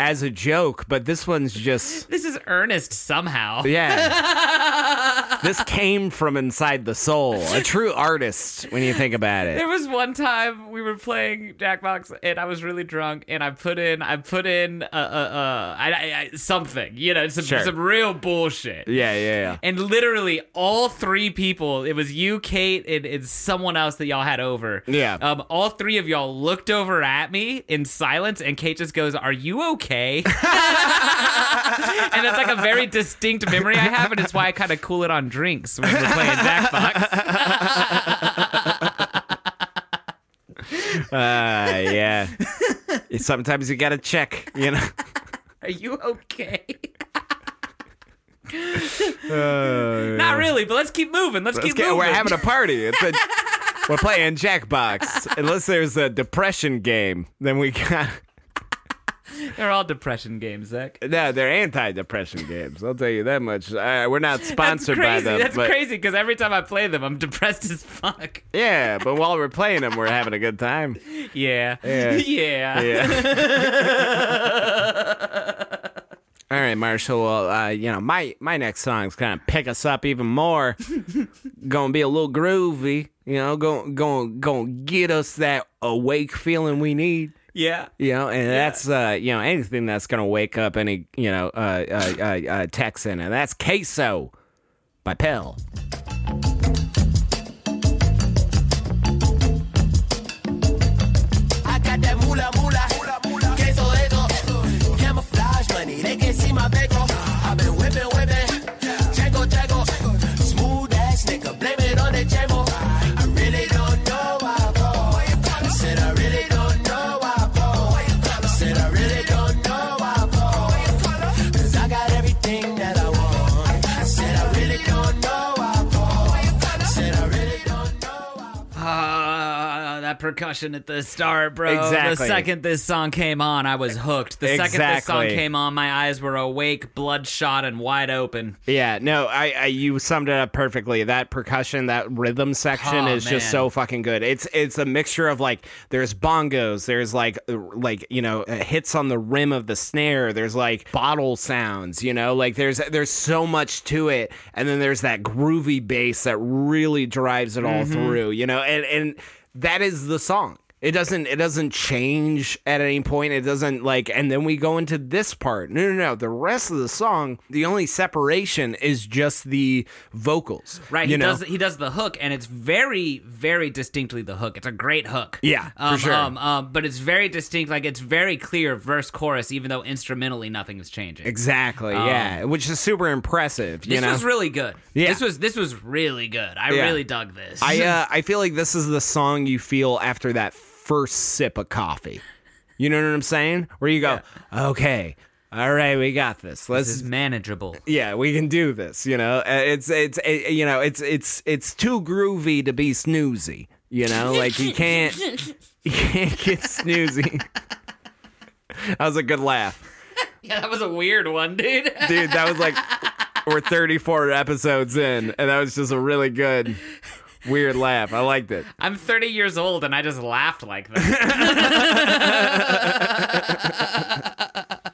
A: as a joke, but this one's just
B: This is earnest somehow.
A: Yeah. this came from inside the soul. A true artist when you think about it.
B: There was one time we were playing Jackbox and I was really drunk and I put in I put in uh uh, uh I, I, I, something you know some
A: Sure.
B: some real bullshit.
A: Yeah, yeah,
B: And literally all three people, it was you, Kate, and, and someone else that y'all had over.
A: Yeah.
B: Um, all three of y'all looked over at me in silence, and Kate just goes, Are you okay? and it's like a very distinct memory I have, and it's why I kind of cool it on drinks when we're playing Jackbox.
A: yeah. Uh, yeah. Sometimes you gotta check, you know.
B: Are you okay? Not really, but let's keep moving. Let's,
A: Let's
B: keep
A: get,
B: moving.
A: we're having a party. It's a, we're playing Jackbox. Unless there's a depression game, then we got.
B: They're all depression games, Zach.
A: No, they're anti-depression games. I'll tell you that much. Uh, we're not
B: That's
A: sponsored
B: crazy.
A: by them.
B: That's
A: but
B: crazy because every time I play them, I'm depressed as fuck.
A: Yeah, but while we're playing them, we're having a good time.
B: Yeah.
A: Yeah.
B: Yeah.
A: Yeah. All right, Marshall. Well, uh, you know, my my next song's kind of pick us up even more. gonna be a little groovy. You know, gonna gonna gonna get us that awake feeling we need.
B: Yeah.
A: You know, and that's uh, you know anything that's gonna wake up any you know uh, uh, uh, uh, Texan, and that's queso by Pell.
H: I got that moolah moolah, queso de eso. Camouflage money, they can see my bankroll. I've been whipping, whipping, Django, Django. Smooth ass nigga, blame it on the Django. I really don't know why I ball. I said I really don't know why I ball. I said I really don't know why I ball. Cause I got everything that I want. I said I really don't know why I ball. I said I really don't know why I ball.
B: Ah, that percussion at the start, bro. The
A: Exactly.
B: second this song came on, I was hooked. The second this song
A: Exactly.
B: came on, my eyes were awake, bloodshot, and wide open.
A: Yeah, no, I, I you summed it up perfectly. That percussion, that rhythm section
B: Oh,
A: is just
B: man.
A: so fucking good. It's it's a mixture of like there's bongos, there's like uh, like you know uh, hits on the rim of the snare, there's like bottle sounds, you know, like there's there's so much to it, and then there's that groovy bass that really drives it
B: Mm-hmm.
A: all through, you know, and and that is the song. It doesn't it doesn't change at any point. It doesn't like and then we go into this part. No no no. The rest of the song, the only separation is just the vocals.
B: Right,
A: You
B: he
A: know?
B: does he does the hook, and it's very, very distinctly the hook. It's a great hook.
A: Yeah, for
B: um,
A: sure.
B: Um, um, but it's very distinct. Like it's very clear verse chorus, even though instrumentally nothing is changing.
A: Exactly, yeah. Which is super impressive.
B: Oh. This
A: you know?
B: was really good.
A: Yeah.
B: This was this was really good. I
A: Yeah.
B: really dug this.
A: I uh, I feel like this is the song you feel after that first sip of coffee. You know what I'm saying? Where you go, okay, all right, we got this. Let's
B: This is manageable.
A: yeah, we can do this. You know, Uh, it's it's it, you know it's it's it's too groovy to be snoozy. You know, like you can't you can't get snoozy. that was a good laugh,
B: Yeah, that was a weird one, dude.
A: dude. That was like we're 34 episodes in, and that was just a really good weird laugh. I liked it.
B: I'm 30 years old and I just laughed like that.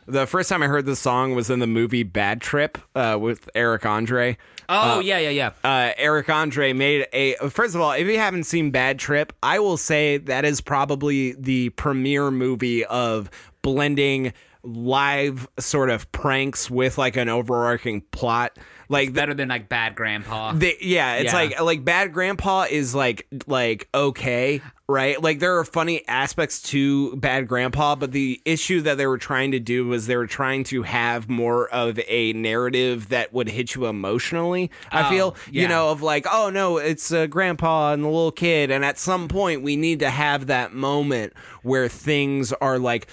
A: The first time I heard this song was in the movie Bad Trip uh, with Eric Andre.
B: Oh, yeah, yeah, yeah.
A: uh, Eric Andre made a. First of all, if you haven't seen Bad Trip, I will say that is probably the premier movie of blending live sort of pranks with like an overarching plot. Like that.
B: Better than like Bad Grandpa.
A: They, yeah, it's
B: Yeah.
A: like like Bad Grandpa is like like okay, right? Like there are funny aspects to Bad Grandpa, but the issue that they were trying to do was they were trying to have more of a narrative that would hit you emotionally. I
B: Oh,
A: feel, you
B: yeah.
A: know, of like, oh no, it's uh, Grandpa and the little kid, and at some point we need to have that moment where things are like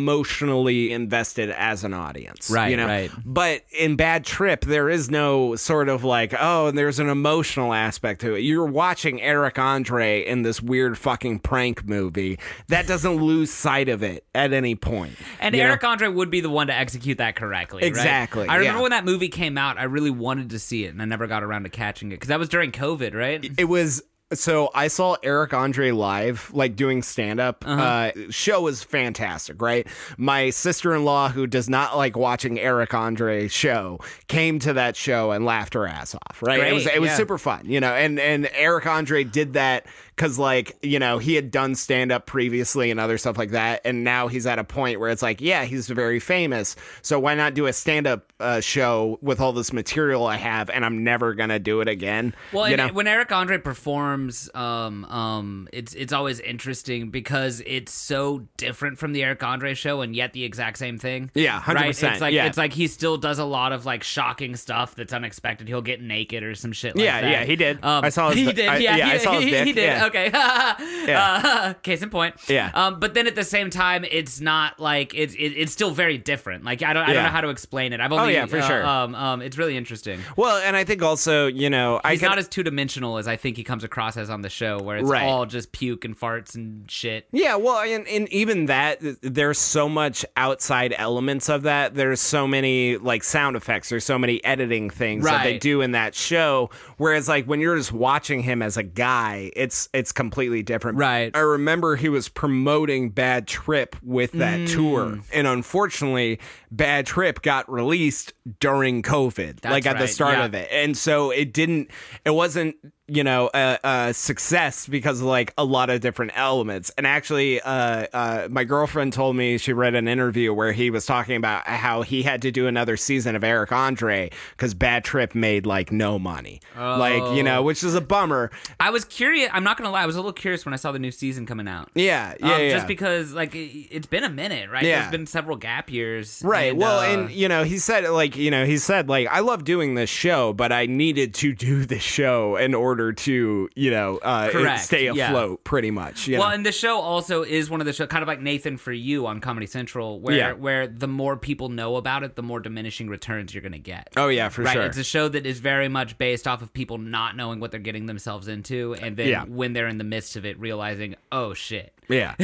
A: emotionally invested as an audience,
B: Right,
A: You know,
B: right.
A: but in Bad Trip, there is no sort of like, oh, there's an emotional aspect to it. You're watching Eric Andre in this weird fucking prank movie. That doesn't lose sight of it at any point.
B: And
A: you know?
B: Eric Andre would be the one to execute that correctly. right?
A: Exactly,
B: I remember
A: yeah.
B: when that movie came out, I really wanted to see it and I never got around to catching it because that was during COVID, right?
A: it was so I saw Eric Andre live, like doing stand up.
B: Uh-huh.
A: uh show was fantastic, right? My sister in law, who does not like watching Eric Andre show, came to that show and laughed her ass off, right? it
B: Great,
A: was it was
B: yeah.
A: super fun, you know. And and Eric Andre did that because like you know he had done stand up previously and other stuff like that, and now he's at a point where it's like, yeah, he's very famous, so why not do a stand up uh, show with all this material I have, and I'm never gonna do it again.
B: Well,
A: you
B: and
A: know?
B: when Eric Andre performs, um, um, it's it's always interesting because it's so different from the Eric Andre show, and yet the exact same thing.
A: Yeah, 100%,
B: Right? It's like
A: yeah.
B: it's like he still does a lot of like shocking stuff that's unexpected. He'll get naked or some shit. like
A: Yeah,
B: that. Um,
A: yeah, he did. I saw his-
B: he did.
A: I-
B: yeah,
A: yeah,
B: he,
A: I saw his
B: he-
A: dick,
B: he did.
A: yeah.
B: Okay. Uh, case in point.
A: Yeah.
B: Um, but then at the same time, it's not like it's it, it's still very different. Like I don't I don't
A: Yeah. Oh,
B: know how to explain it. I've only
A: yeah, for
B: uh,
A: sure.
B: Um, um, it's really interesting.
A: Well, and I think also, you know, I
B: He's
A: can,
B: not as two dimensional as I think he comes across as on the show, where it's
A: Right.
B: all just puke and farts and shit.
A: yeah. Well, and, and even that, th- there's so much outside elements of that. There's so many like sound effects. There's so many editing things that they
B: Right.
A: do in that show. Whereas like when you're just watching him as a guy, it's it's completely different.
B: Right.
A: I remember he was promoting Bad Trip with that
B: Mm.
A: tour, and unfortunately, Bad Trip got released during COVID, like at the
B: right,
A: start
B: yeah.
A: of it. and so it didn't it wasn't you know a, a success because of like a lot of different elements and actually uh, uh, my girlfriend told me she read an interview where he was talking about how he had to do another season of eric andre because bad trip made like no money like you
B: Oh.
A: know which is a bummer
B: I was curious. I'm not gonna lie. I was a little curious when I saw the new season coming out.
A: yeah yeah,
B: Um,
A: yeah.
B: Just because, like, it, it's been a minute, right?
A: Yeah.
B: There's been several gap years.
A: Right. well,
B: uh,
A: and you know, he said like, you know, he said like, I love doing this show, but I needed to do this show in order to, you know, uh,
B: Correct,
A: stay
B: yeah.
A: afloat, pretty much. You
B: well,
A: know?
B: and the show also is one of the show, kind of like Nathan for You on Comedy Central, where
A: Yeah.
B: where the more people know about it, the more diminishing returns you're gonna get.
A: oh yeah, for
B: right?
A: sure.
B: It's a show that is very much based off of people not knowing what they're getting themselves into, and then
A: Yeah.
B: when they're in the midst of it, realizing, oh shit.
A: Yeah.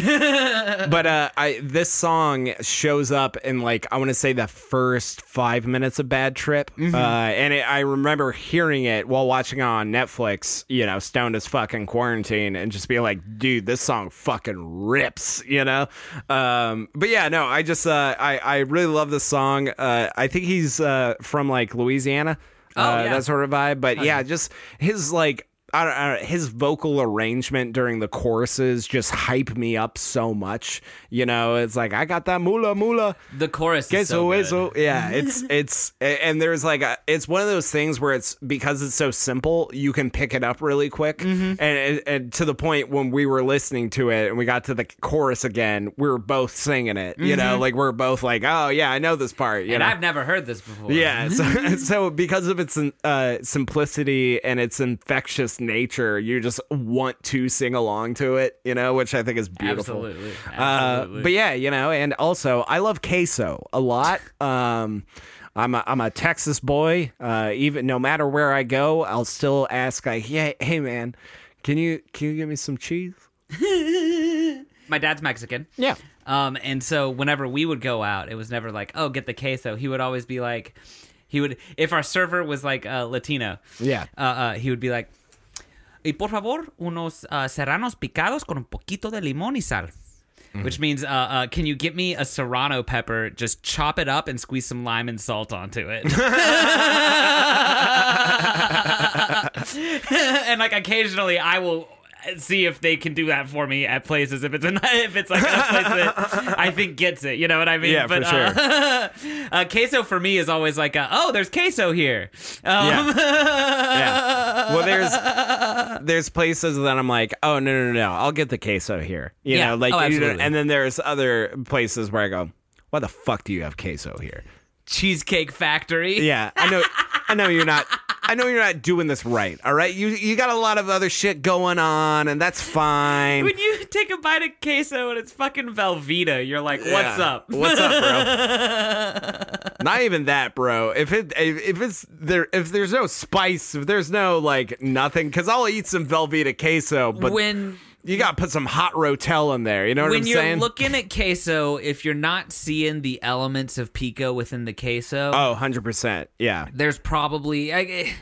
A: but uh I this song shows up in like I want to say the first 5 minutes of Bad Trip. Uh and it, I remember hearing it while watching on Netflix, you know, stoned as fucking quarantine and just being like, dude, this song fucking rips, you know. Um but yeah, no, I just uh I I really love this song. Uh I think he's uh from like Louisiana. uh,
B: yeah.
A: that sort of vibe, but yeah, just his like I don't, I don't- his vocal arrangement during the choruses just hype me up so much. You know, it's like I got that mula mula.
B: The chorus
A: Okay,
B: is
A: so,
B: so good.
A: so yeah, it's it's a- and there's like a, it's one of those things where it's because it's so simple, you can pick it up really quick,
B: Mm-hmm.
A: and, and and to the point when we were listening to it and we got to the chorus again, we were both singing it. You know, like we are both like, oh yeah, I know this part. You
B: Mm-hmm. and
A: know?
B: I've never heard this before.
A: Yeah, so, so because of its uh, simplicity and its infectiousness, nature, you just want to sing along to it, you know, which I think is beautiful.
B: Absolutely.
A: Uh,
B: Absolutely.
A: but yeah, you know, and also I love queso a lot. Um, I'm a, I'm a Texas boy. Uh, even no matter where I go, I'll still ask like, yeah, hey man, can you can you give me some cheese?
B: My dad's Mexican.
A: Yeah.
B: Um, and so whenever we would go out, it was never like, oh, get the queso. He would always be like, he would, if our server was like uh, Latino,
A: Yeah.
B: uh, uh, he would be like, y por favor, unos uh, serranos picados con un poquito de limón y sal.
A: Mm-hmm.
B: Which means, uh, uh, can you get me a serrano pepper? Just chop it up and squeeze some lime and salt onto it. and like occasionally, I will see if they can do that for me at places if it's a if it's like a place that I think gets it. You know what I mean?
A: Yeah, for
B: uh, uh, queso for me is always like, uh, oh, there's queso here. Um,
A: Yeah. yeah. Well, there's there's places that I'm like, oh no no no, I'll get the queso here. You
B: Yeah.
A: know, like
B: Oh,
A: you know,
B: absolutely.
A: and then there's other places where I go, why the fuck do you have queso here?
B: Cheesecake Factory.
A: Yeah, I know. I know you're not. I know you're not doing this right. All right, you you got a lot of other shit going on, and that's fine.
B: When you take a bite of queso and it's fucking Velveeta, you're like, what's
A: Yeah.
B: up?
A: What's up, bro? not even that, bro. If it if, if it's there, if there's no spice, if there's no like nothing, because I'll eat some Velveeta queso, but
B: when
A: you got to put some hot rotel in there. You know what
B: when
A: I'm
B: you're
A: saying?
B: looking at queso, if you're not seeing the elements of pico within the queso,
A: oh, 100 percent. Yeah.
B: there's probably I,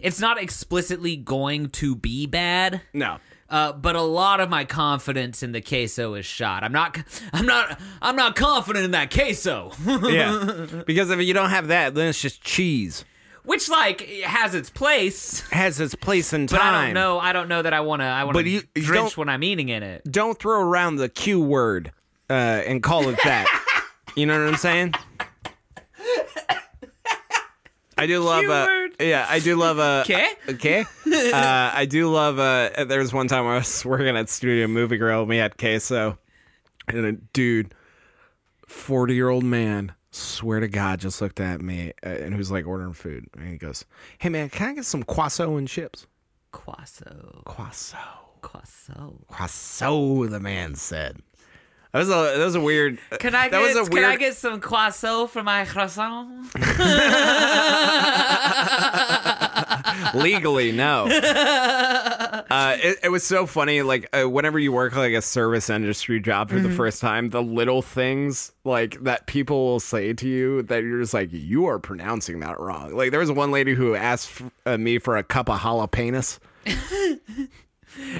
B: it's not explicitly going to be bad.
A: No.
B: Uh, but a lot of my confidence in the queso is shot. I'm not, I'm not, I'm not confident in that queso,
A: Yeah. because if you don't have that, then it's just cheese.
B: which like has its place.
A: Has its place in time.
B: But I don't know. I don't know that I want to. I want
A: But you-
B: to
A: you
B: drench
A: don't-
B: when I'm eating in it.
A: don't throw around the Q word uh, and call it that. you know what I'm saying? I do love
B: Q
A: uh,
B: word.
A: yeah, I do love a
B: Okay.
A: okay. Uh, I do love uh, there was one time I was working at Studio Movie Grill and we had queso, and a dude, forty year old man, swear to God, just looked at me uh, and who's like ordering food, and he goes, "Hey man, can I get some queso and chips?"
B: Quasso,
A: Queso.
B: quasso.
A: So the man said. That was a that was a weird.
B: Can I
A: that
B: get?
A: was a
B: Can I
A: weird.
B: get some croissant for my croissant?
A: legally no. uh, it, it was so funny. Like uh, whenever you work like a service industry job for
B: Mm-hmm.
A: the first time, the little things like that people will say to you that you're just like you are pronouncing that wrong. Like there was one lady who asked f- uh, me for a cup of jalapenos.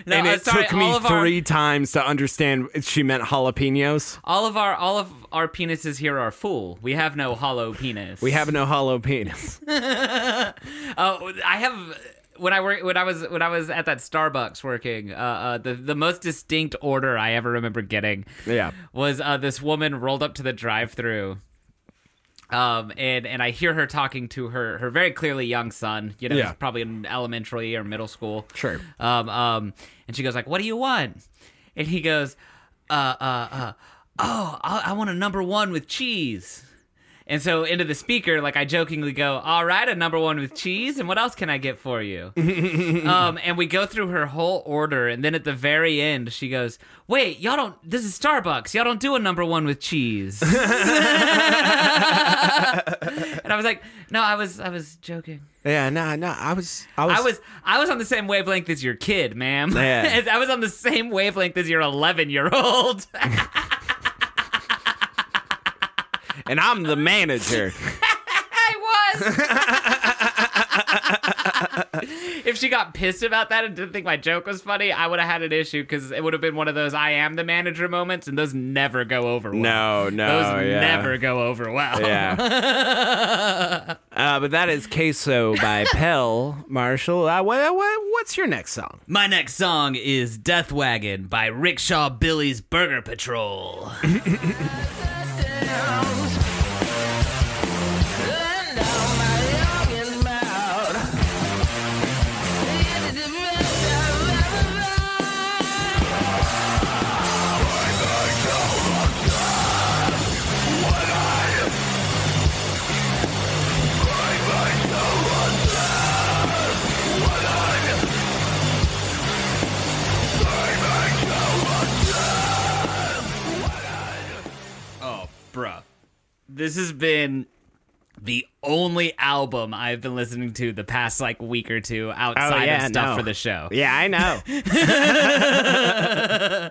B: No,
A: and
B: uh,
A: it
B: sorry,
A: took me
B: all of
A: three
B: Our,
A: times to understand she meant jalapenos.
B: all of our all of our penises here are full. We have no hollow penis.
A: We have no jalapenos.
B: Oh, I have. When I work, when I was when I was at that Starbucks working, uh, uh, the the most distinct order I ever remember getting
A: yeah.
B: was uh, this woman rolled up to the drive-through, um, and and I hear her talking to her her very clearly young son. You know,
A: Yeah.
B: he's probably in elementary or middle school.
A: Sure.
B: Um, um, and she goes like, "What do you want?" And he goes, "Uh, uh, uh, oh, I, I want a number one with cheese." And so into the speaker, like I jokingly go, "All right, a number one with cheese, and what else can I get for you?" um, and we go through her whole order, and then at the very end, she goes, "Wait, y'all don't. This is Starbucks. Y'all don't do a number one with cheese." and I was like, "No, I was, I was joking.
A: Yeah. No. No. I was. I was.
B: I was, I was on the same wavelength as your kid, ma'am.
A: Yeah.
B: I was on the same wavelength as your 11 year old."
A: and I'm the manager.
B: I was. if she got pissed about that and didn't think my joke was funny, I would have had an issue because it would have been one of those I am the manager moments, and those never go over well.
A: No, no,
B: Those
A: yeah.
B: never go over well.
A: Yeah. uh, but that is Queso by Pell Marshall. Uh, what, what, what's your next song?
B: My next song is Death Wagon by Rickshaw Billy's Burger Patrol.
G: I
B: this has been the only album I've been listening to the past like week or two outside
A: yeah,
B: of stuff
A: no.
B: for the show.
A: Yeah, I know.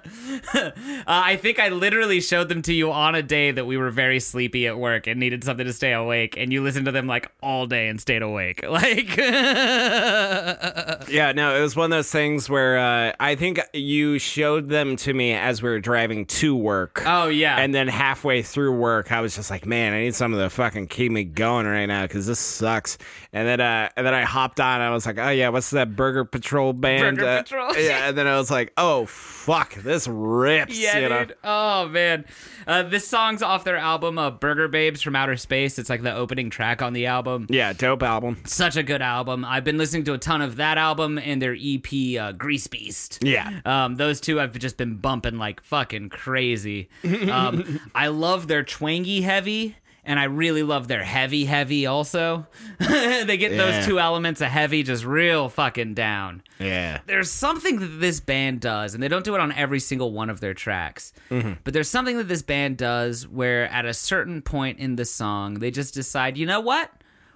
B: Uh, I think I literally showed them to you on a day that we were very sleepy at work and needed something to stay awake, and you listened to them like all day and stayed awake. Like,
A: Yeah, no, it was one of those things where uh, I think you showed them to me as we were driving to work.
B: oh yeah,
A: And then halfway through work, I was just like, "Man, I need something to fucking keep me going right now because this sucks." And then, uh, and then I hopped on. And I was like, "Oh yeah, what's that Burger Patrol band?"
B: Burger
A: Uh,
B: Patrol.
A: yeah. And then I was like, "Oh fuck, this rips."
B: Yeah,
A: you know?
B: dude. Oh man, uh, this song's off their album uh, "Burger Babes from Outer Space." It's like the opening track on the album.
A: Yeah, dope album.
B: Such a good album. I've been listening to a ton of that album and their EP uh, "Grease Beast."
A: Yeah.
B: Um, those two I've just been bumping like fucking crazy. Um, I love their twangy heavy, and I really love their heavy heavy also. they get
A: Yeah.
B: those two elements of heavy just real fucking down
A: Yeah.
B: there's something that this band does, and they don't do it on every single one of their tracks,
A: Mm-hmm.
B: but there's something that this band does where at a certain point in the song, they just decide, you know what?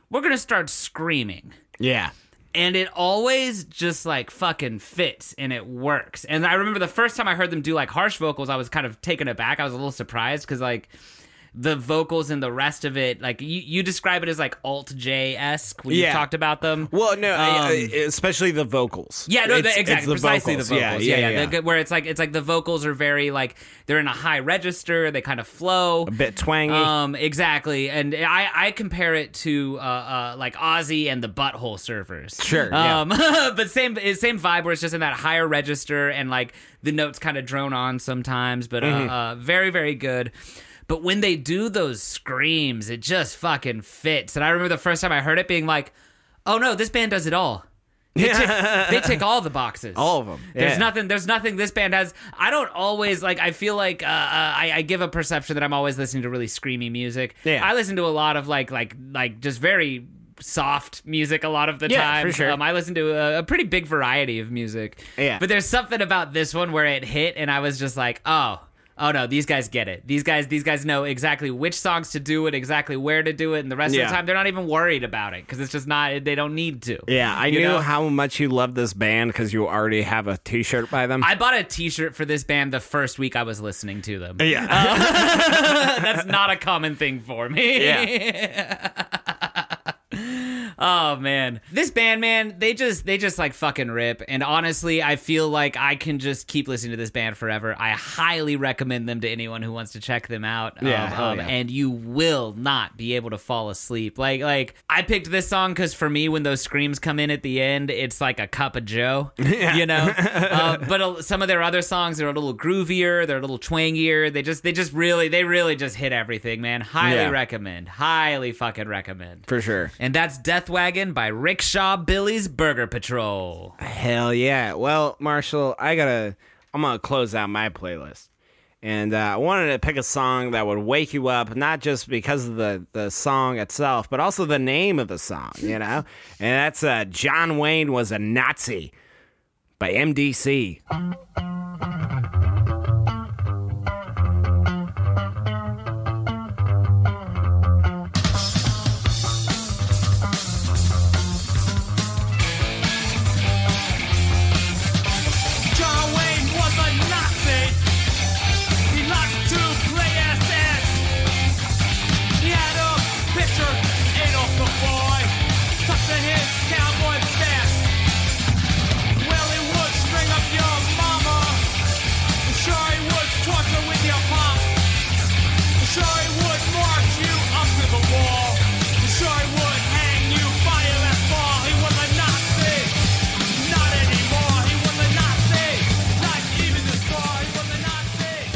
B: We're going to start screaming.
A: Yeah.
B: And it always just like fucking fits and it works. And I remember the first time I heard them do like harsh vocals, I was kind of taken aback. I was a little surprised because like the vocals and the rest of it, like you, you describe it as like alt J esque when you
A: Yeah.
B: talked about them.
A: Well, no, I- I-
B: Um,
A: especially the vocals.
B: Yeah, no,
A: It's-
B: the,
A: it's
B: exactly, precisely the vocals. Yeah, yeah,
A: yeah.
B: The- where it's like it's like the vocals are very like they're in a high register. They kind of flow.
A: A bit twangy.
B: Um, exactly, and I I compare it to uh, uh like Ozzy and the Butthole Surfers.
A: Sure, yeah.
B: Um, but same same vibe where it's just in that higher register and like the notes kind of drone on sometimes, but
A: Mm-hmm.
B: uh, uh, very very good. But when they do those screams, it just fucking fits. And I remember the first time I heard it being like, "Oh no, this band does it all." They, tick, they tick all the boxes.
A: All of 'em,
B: There's
A: yeah.
B: nothing. There's nothing this band has. I don't always like. I feel like uh, uh, I, I give a perception that I'm always listening to really screamy music.
A: Yeah.
B: I listen to a lot of like like like just very soft music a lot of the
A: Yeah,
B: time.
A: for sure.
B: Um, I listen to a, a pretty big variety of music.
A: Yeah.
B: But there's something about this one where it hit, and I was just like, oh. Oh no, these guys get it. These guys, these guys know exactly which songs to do it, exactly where to do it, and the rest
A: Yeah.
B: of the time they're not even worried about it because it's just not. They don't need to.
A: yeah, I
B: You
A: knew
B: know?
A: how much you love this band because you already have a T-shirt by them.
B: I bought a T-shirt for this band the first week I was listening to them.
A: yeah,
B: That's not a common thing for me. oh man, this band, man, they just they just like fucking rip. And honestly, I feel like I can just keep listening to this band forever. I highly recommend them to anyone who wants to check them out. Um,
A: Yeah, hell yeah.
B: And you will not be able to fall asleep. Like like I picked this song because for me, when those screams come in at the end, it's like a cup of Joe. You know. uh, but uh, some of their other songs are a little groovier. They're a little twangier. They just they just really they really just hit everything, man. Highly
A: Yeah.
B: recommend. Highly fucking recommend.
A: for sure.
B: And that's Death Wagon by Rickshaw Billy's Burger Patrol.
A: Hell yeah. Well, Marshall, I gotta. I'm gonna close out my playlist, and uh, I wanted to pick a song that would wake you up, not just because of the the song itself, but also the name of the song. You know, and that's uh, John Wayne was a Nazi by MDC.
I: John Wayne was a Nazi. He liked to play SS. He had a picture, Adolf the boy, tucked in his cowboy vest. Well, he would string up your mama. I'm sure he would torture with your pop. I'm sure he would march you up to the wall. I'm sure he would hang you by your left ball. He was a Nazi. Not anymore. He was a Nazi. Not even this far. He was a Nazi.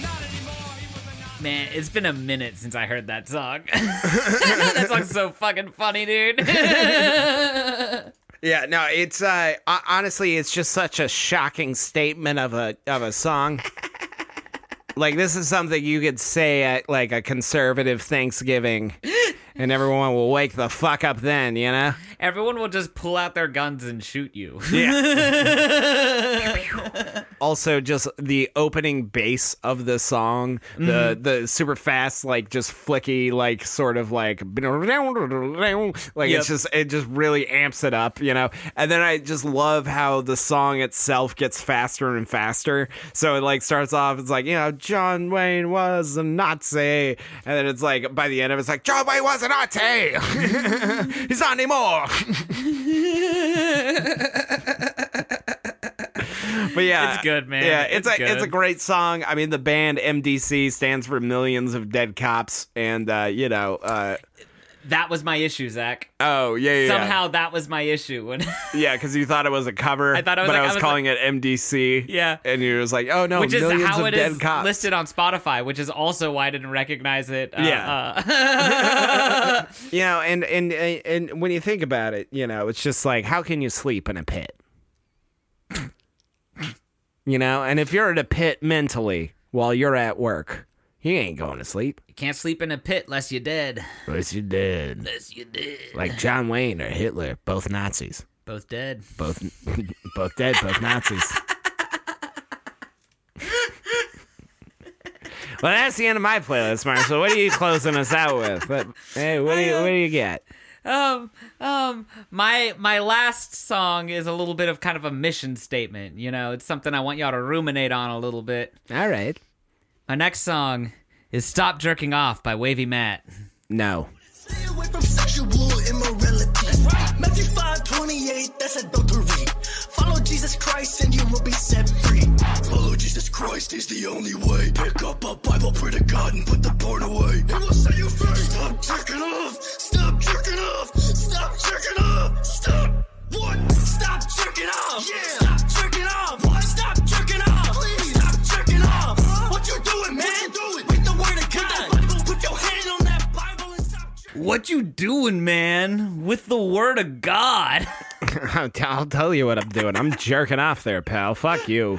I: Not anymore. He was a Nazi.
B: Man, it's been a minute since I heard that song. that song's so fucking funny, dude.
A: Yeah, no, it's uh, ho- honestly, it's just such a shocking statement of a of a song. like this is something you could say at like a conservative Thanksgiving, and everyone will wake the fuck up then, you know?
B: everyone will just pull out their guns and shoot you.
A: also just the opening bass of the song the the super fast like just flicky like sort of like like
B: Yep.
A: it's just it just really amps it up you know and then i just love how the song itself gets faster and faster so it like starts off it's like you know john wayne was a nazi and then it's like by the end of it, it's like john wayne was a nazi he's not anymore but yeah,
B: It's good, man.
A: Yeah, it's,
B: It's
A: a it's
B: good.
A: a great song. I mean, the band MDC stands for Millions of Dead Cops, and uh, you know, uh,
B: that was my issue, Zach.
A: oh yeah, yeah, yeah.
B: Somehow that was my issue when
A: yeah, because you thought it was a cover.
B: I thought it was
A: but
B: like-
A: I
B: I
A: was,
B: was
A: calling it MDC.
B: Yeah.
A: and you was like, oh no,
B: which is
A: Millions
B: how
A: of
B: it
A: Dead
B: is
A: Cops.
B: listed on Spotify, which is also why I didn't recognize it. Uh,
A: Yeah.
B: uh,
A: you know, and and and when you think about it, you know, it's just like, how can you sleep in a pit? you know, and if you're in a pit mentally while you're at work, you ain't going to sleep.
B: you can't sleep in a pit less you're dead.
A: Unless you're dead.
B: Less you're dead.
A: like John Wayne or Hitler, both Nazis,
B: Both dead.
A: both both dead, both Nazis.
F: Well, that's the end of my playlist, Marshall. What are you closing us out with? But hey, what do you what do you get?
B: um um my my last song is a little bit of kind of a mission statement you know it's something i want y'all to ruminate on a little bit
F: All right.
B: my next song is stop jerking off by wavy matt
F: No.
J: Stay away from sexual immorality. Matthew 5 28, that's adultery. Follow Jesus Christ and you will be set free. Follow Jesus Christ, he's the only way. Pick up a Bible, pray to God, and put the porn away. He will set you free. Stop jerking off! Stop jerking off! Stop jerking off! Stop! What? Stop jerking off! Yeah! Stop jerking off! What? Stop jerking off! Please! Stop jerking off! What you doing, man? What you doing? Read the word of God! Put, Bible, put your hand on that Bible and stop jerking
B: what you doing man with the word of god
F: I'll, t- I'll tell you what I'm doing. I'm jerking off there, pal. Fuck you.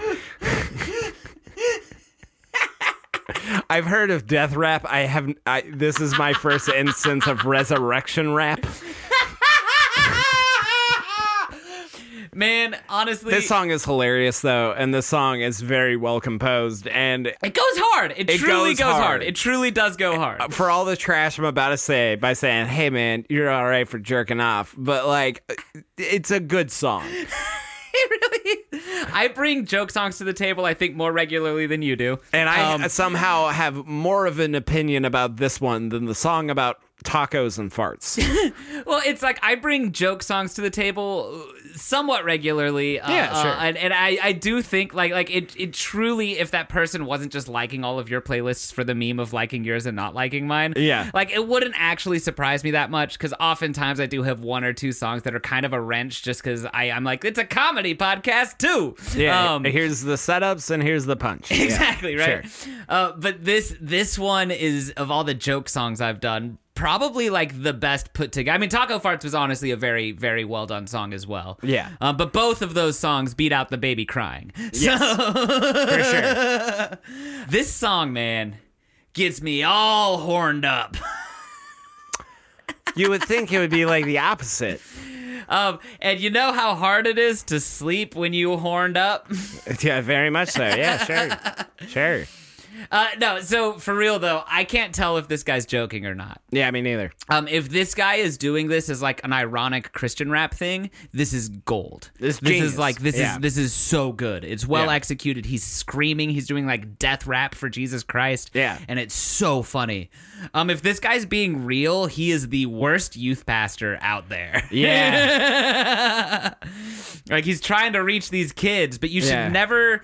A: I've heard of death rap. I have. I, this is my first instance of resurrection rap.
B: man honestly
A: This song is hilarious though, and the song is very well composed. And
B: it goes hard it, truly
A: goes
B: goes, hard.
A: hard.
B: it truly does go hard
A: for all the trash I'm about to say, by saying, "Hey man, you're all right for jerking off," but like, it's a good song.
B: it really i bring joke songs to the table i think more regularly than you do
A: And I
B: Um,
A: somehow have more of an opinion about this one than the song about tacos and farts.
B: Well, it's like I bring joke songs to the table uh, somewhat regularly. Uh,
A: Yeah,
B: uh,
A: sure.
B: and and I, I do think like like it it truly if that person wasn't just liking all of your playlists for the meme of liking yours and not liking mine.
A: Yeah.
B: Like it wouldn't actually surprise me that much because oftentimes I do have one or two songs that are kind of a wrench just because I I'm like it's a comedy podcast too.
A: Yeah,
B: Um,
A: here's the setups and here's the punch.
B: exactly right uh, but this this one is of all the joke songs i've done probably like the best put together i mean taco farts was honestly a very very well done song as well
A: Yeah.
B: uh, but both of those songs beat out the baby crying so for sure this song man gets me all horned up
A: You would think it would be like the opposite.
B: um, and you know how hard it is to sleep when you horned up
A: Yeah, very much so. Yeah, sure. Sure.
B: uh, no so for real though i can't tell if this guy's joking or not
A: Yeah, me neither.
B: Um, if this guy is doing this as like an ironic Christian rap thing, this is gold.
A: This genius.
B: is like this
A: Yeah.
B: is this is so good. It's well
A: Yeah.
B: executed. He's screaming. He's doing like death rap for Jesus Christ.
A: Yeah.
B: and it's so funny. Um, if this guy's being real, he is the worst youth pastor out there. Yeah, like he's trying to reach these kids, but you should
A: Yeah.
B: never.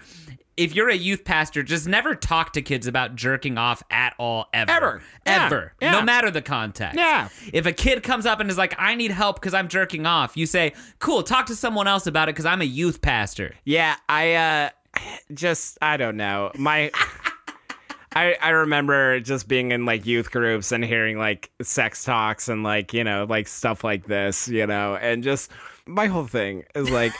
B: If you're a youth pastor, just never talk to kids about jerking off at all ever.
A: Ever. Yeah.
B: Ever.
A: Yeah.
B: No matter the context.
A: Yeah.
B: If a kid comes up and is like, I need help because I'm jerking off, you say, cool, talk to someone else about it because I'm a youth pastor.
A: Yeah, I uh just I don't know. My I I remember just being in like youth groups and hearing like sex talks and like, you know, like stuff like this, you know, and just my whole thing is like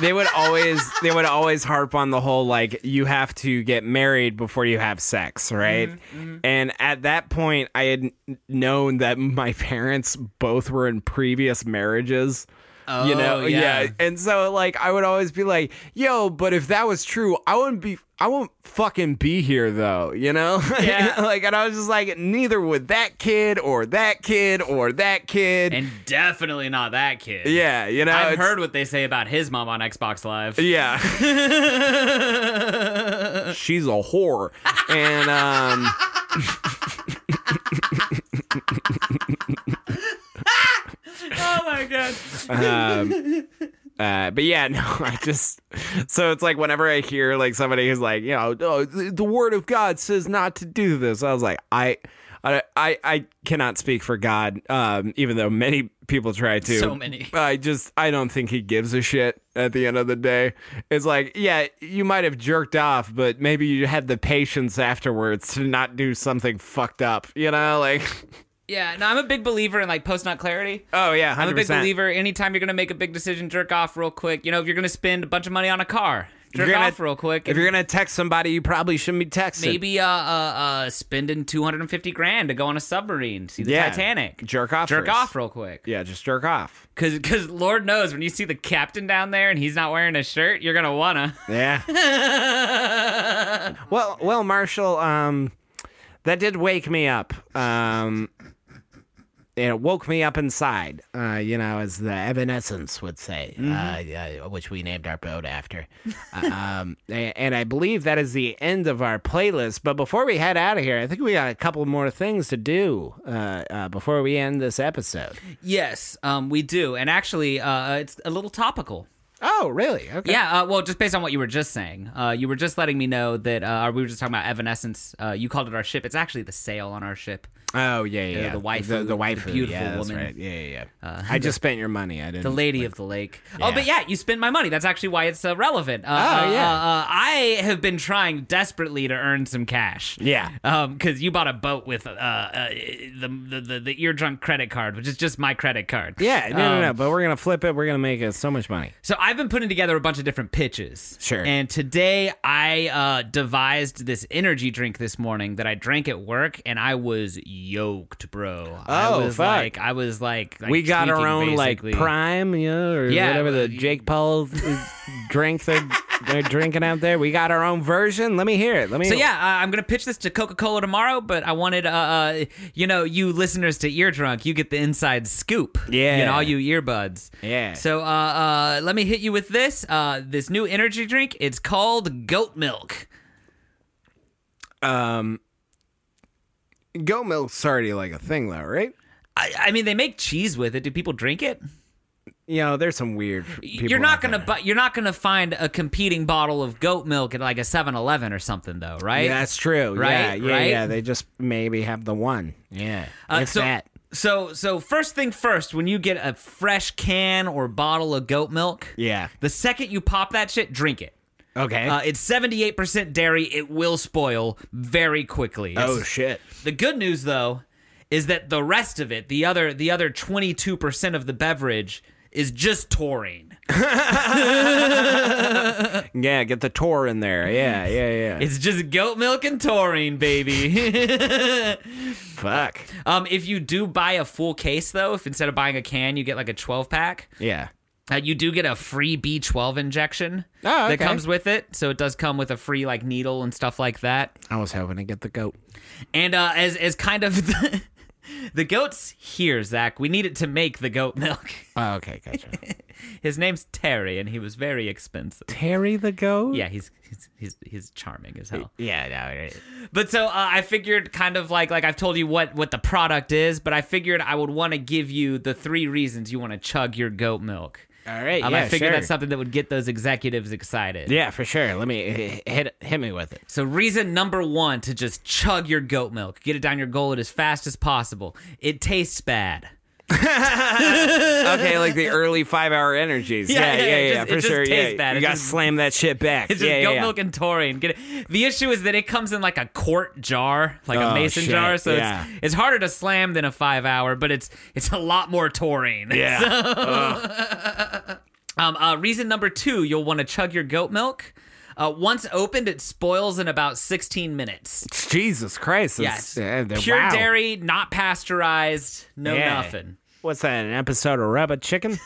A: they would always they would always harp on the whole like you have to get married before you have sex, right? And at that point, I had n- known that my parents both were in previous marriages. you know,
B: Oh, yeah.
A: and so like I would always be like, "Yo, but if that was true, I wouldn't be, I won't fucking be here though," you know.
B: Yeah.
A: like, and I was just like, neither would that kid or that kid or that kid.
B: and definitely not that kid.
A: yeah, you know,
B: I've
A: it's-
B: heard what they say about his mom on Xbox Live.
A: Yeah. She's a whore. And um
B: Oh my god.
A: uh, but yeah, no, I just so it's like whenever I hear like somebody who's like, you know, oh, the the word of God says not to do this. I was like, I I I, I cannot speak for God, um, even though many people try to.
B: So many.
A: I just I don't think he gives a shit at the end of the day. It's like, yeah, you might have jerked off, but maybe you had the patience afterwards to not do something fucked up, you know, like
B: Yeah, no, I'm a big believer in like post nut clarity.
A: Oh yeah, 100%.
B: i am a big believer. Anytime you're gonna make a big decision, jerk off real quick. You know, if you're gonna spend a bunch of money on a car,
A: If
B: jerk
A: you're gonna-
B: off real quick.
A: If you're gonna text somebody, you probably shouldn't be texting.
B: maybe uh, uh uh spending 250 grand to go on a submarine, see the
A: Yeah.
B: Titanic,
A: jerk off.
B: jerk
A: first.
B: off real quick.
A: Yeah, just jerk off.
B: Cause, cause Lord knows when you see the captain down there and he's not wearing a shirt, you're gonna wanna.
A: Yeah. well, well, Marshall. Um, that did wake me up. Um, it woke me up inside. Uh, you know, as the Evanescence would say,
B: Mm-hmm.
A: uh, uh, which we named our boat after. Uh, um, a- and I believe that is the end of our playlist. But before we head out of here, I think we got a couple more things to do uh, uh, before we end this episode.
B: Yes, um, we do, and actually, uh, it's a little topical.
A: Oh, really? Okay.
B: Yeah, uh, well, just based on what you were just saying, uh, you were just letting me know that uh, we were just talking about Evanescence. Uh, you called it our ship. It's actually the sail on our ship.
A: Oh yeah, yeah.
B: Uh, the waifu,
A: the,
B: the
A: waifu,
B: beautiful
A: yeah, that's
B: woman. Uh,
A: right. Yeah, yeah. yeah. I just spent your money. I didn't.
B: The Lady of the Lake. Oh, but yeah, you spend my money. That's actually why it's uh, relevant. Uh,
A: Oh,
B: uh,
A: yeah.
B: Uh, uh, I have been trying desperately to earn some cash.
A: Yeah.
B: Because you bought a boat with uh, uh, the, the the the ear drunk credit card, which is just my credit card.
A: Yeah, no, no,
B: Um,
A: no. But we're gonna flip it. We're gonna make it so much money.
B: So I've been putting together a bunch of different pitches.
A: Sure.
B: And today I uh, devised this energy drink this morning that I drank at work, and I was yoked, bro. I
A: Oh,
B: was
A: fuck.
B: like, I was like, like
A: we got our
B: tweaking,
A: own
B: basically.
A: like prime, you know, or
B: Yeah,
A: whatever the
B: well,
A: Jake Paul uh, drink they're, they're drinking out there. We got our own version. Let me hear it. Let me.
B: So yeah, uh, I'm gonna pitch this to Coca-Cola tomorrow, but I wanted, uh, uh, you know, you listeners to Ear Drunk, you get the inside scoop.
A: Yeah.
B: You know, all you earbuds.
A: Yeah.
B: So uh, uh, let me hit you with this. Uh, this new energy drink. It's called Goat Milk.
A: Um, goat milk's already like a thing though, right?
B: I, I mean, they make cheese with it. Do people drink it?
A: You know, there's some weird. f- People
B: you're not
A: out
B: gonna,
A: there.
B: bu- you're not gonna find a competing bottle of goat milk at like a 7-Eleven or something, though, right?
A: Yeah, that's true. Yeah,
B: Right,
A: yeah,
B: right?
A: yeah. They just maybe have the one. Yeah,
B: Uh,
A: if
B: so,
A: that.
B: So, so first thing first, when you get a fresh can or bottle of goat milk,
A: Yeah.
B: the second you pop that shit, drink it.
A: Okay.
B: Uh, it's 78% dairy. It will spoil very quickly. It's-
A: oh shit.
B: The good news though is that the rest of it, the other the other 22% of the beverage is just taurine.
A: Yeah, get the tour in there. Yeah, yeah, yeah.
B: It's just goat milk and taurine, baby.
A: Fuck.
B: um, if you do buy a full case though, if instead of buying a can you get like a 12 pack,
A: Yeah.
B: Uh, you do get a free B12 injection
A: Oh,
B: that
A: okay.
B: comes with it. So it does come with a free like needle and stuff like that.
A: I was hoping to get the goat.
B: And uh, as as kind of the, the goat's here, Zach. We need it to make the goat milk.
A: Oh, okay, gotcha.
B: His name's Terry, and he was very expensive.
A: Harry the goat?
B: Yeah, he's he's he's, he's charming as hell.
A: Yeah, no. it-
B: But so uh, I figured, kind of like like I've told you what what the product is, but I figured I would want to give you the three reasons you want to chug your goat milk.
A: All right,
B: Um,
A: yeah,
B: I figured
A: sure.
B: that's something that would get those executives excited.
A: Yeah, for sure. Let me h- hit hit me with it.
B: So, reason number one to just chug your goat milk, get it down your gullet as fast as possible. It tastes bad.
A: Okay, like the early five hour energies.
B: Yeah, yeah, it just- it just tastes bad. It just-
A: slam that shit back.
B: It's just goat milk and taurine. Get it. The issue is that it comes in like a quart jar, like
A: Oh,
B: a mason
A: shit.
B: jar. So
A: Yeah.
B: it's it's harder to slam than a five hour, but it's it's a lot more taurine.
A: Yeah. Ugh.
B: Um, uh, reason number two, you'll want to chug your goat milk. Uh, once opened, it spoils in about 16 minutes.
K: Jesus Christ. it's-
B: Yes.
K: yeah, they're-
B: Pure
K: wow.
B: dairy, not pasteurized, no
A: uh, Yeah.
B: nothing.
A: What's that? An episode of Rabbit Chicken?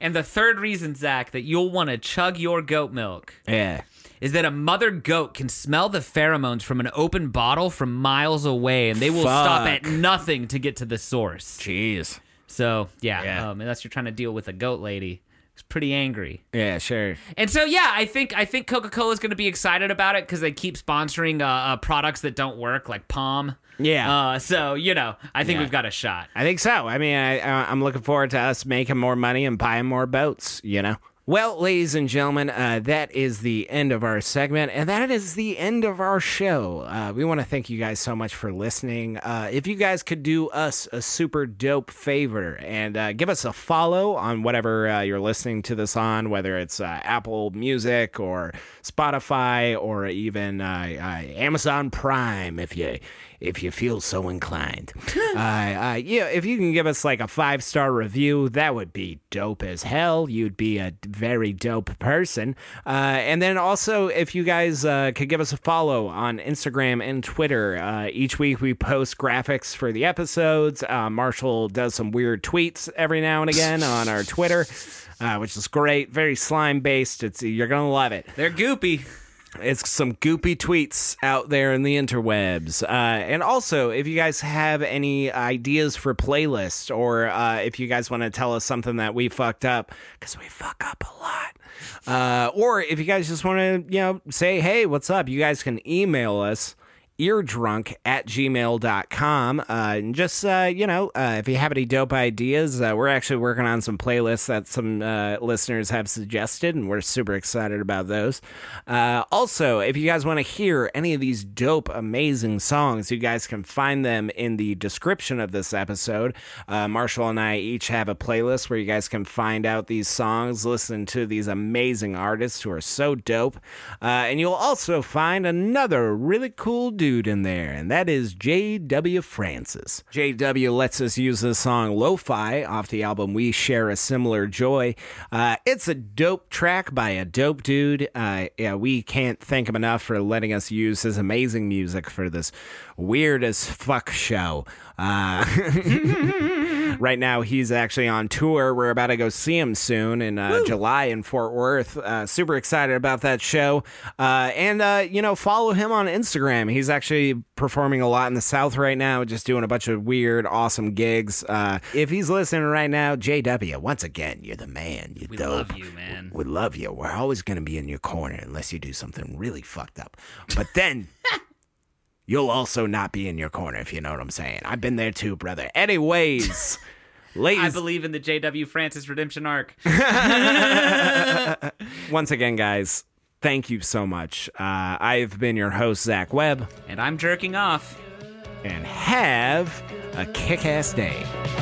B: And the third reason, Zach, that you'll want to chug your goat milk
A: yeah.
B: is that a mother goat can smell the pheromones from an open bottle from miles away and they will stop at
A: Fuck.
B: nothing to get to the source.
A: Jeez.
B: So, yeah,
A: Yeah.
B: Um, unless you're trying to deal with a goat lady, it's pretty angry.
A: Yeah, sure.
B: And so, yeah, I think I think Coca Cola is going to be excited about it because they keep sponsoring uh, uh, products that don't work, like Palm.
A: Yeah.
B: Uh, so you know, I think we've got a shot.
A: I think so. I mean, I, I, I'm looking forward to us making more money and buying more boats, you know? Well, ladies and gentlemen, uh, that is the end of our segment, and that is the end of our show. Uh, we want to thank you guys so much for listening. Uh, if you guys could do us a super dope favor and uh, give us a follow on whatever uh, you're listening to this on, whether it's uh, Apple Music or Spotify or even uh, uh, Amazon Prime, if you if you feel so inclined. uh, uh, yeah, if you can give us like a five star review, that would be dope as hell. You'd be a very dope person. Uh, and then also, if you guys uh, could give us a follow on Instagram and Twitter, uh, each week we post graphics for the episodes. Uh, Marshall does some weird tweets every now and again on our Twitter. Uh, which is great, very slime based. It's you're gonna love it
B: They're goopy.
A: it's some goopy tweets out there in the interwebs. Uh, and also, if you guys have any ideas for playlists, or uh, if you guys want to tell us something that we fucked up, because we fuck up a lot, uh, or if you guys just want to, you know, say, hey, what's up? You guys can email us eardrunk at gmail.com uh, and just uh, you know uh, if you have any dope ideas uh, we're actually working on some playlists that some uh, listeners have suggested and we're super excited about those uh, also if you guys want to hear any of these dope amazing songs you guys can find them in the description of this episode uh, marshall and i each have a playlist where you guys can find out these songs listen to these amazing artists who are so dope uh, and you'll also find another really cool dude in there, and that is J.W. Francis. J.W. lets us use the song Lo Fi off the album We Share a Similar Joy. Uh, it's a dope track by a dope dude. Uh, yeah, we can't thank him enough for letting us use his amazing music for this weird as fuck show. Uh, right now he's actually on tour we're about to go see him soon in uh, july in fort worth uh, super excited about that show uh, and uh, you know follow him on instagram he's actually performing a lot in the south right now just doing a bunch of weird awesome gigs uh, if he's listening right now jw once again you're the man you
B: We
A: dope
B: love you, man.
A: we love you we're always going to be in your corner unless you do something really fucked up but then you'll also not be in your corner if you know what i'm saying i've been there too brother anyways
B: I
A: ladies
B: believe in the J.W. Francis redemption arc.
A: once again guys thank you so much uh, i've been your host zach webb
B: and I'm jerking off.
A: and have a kick-ass day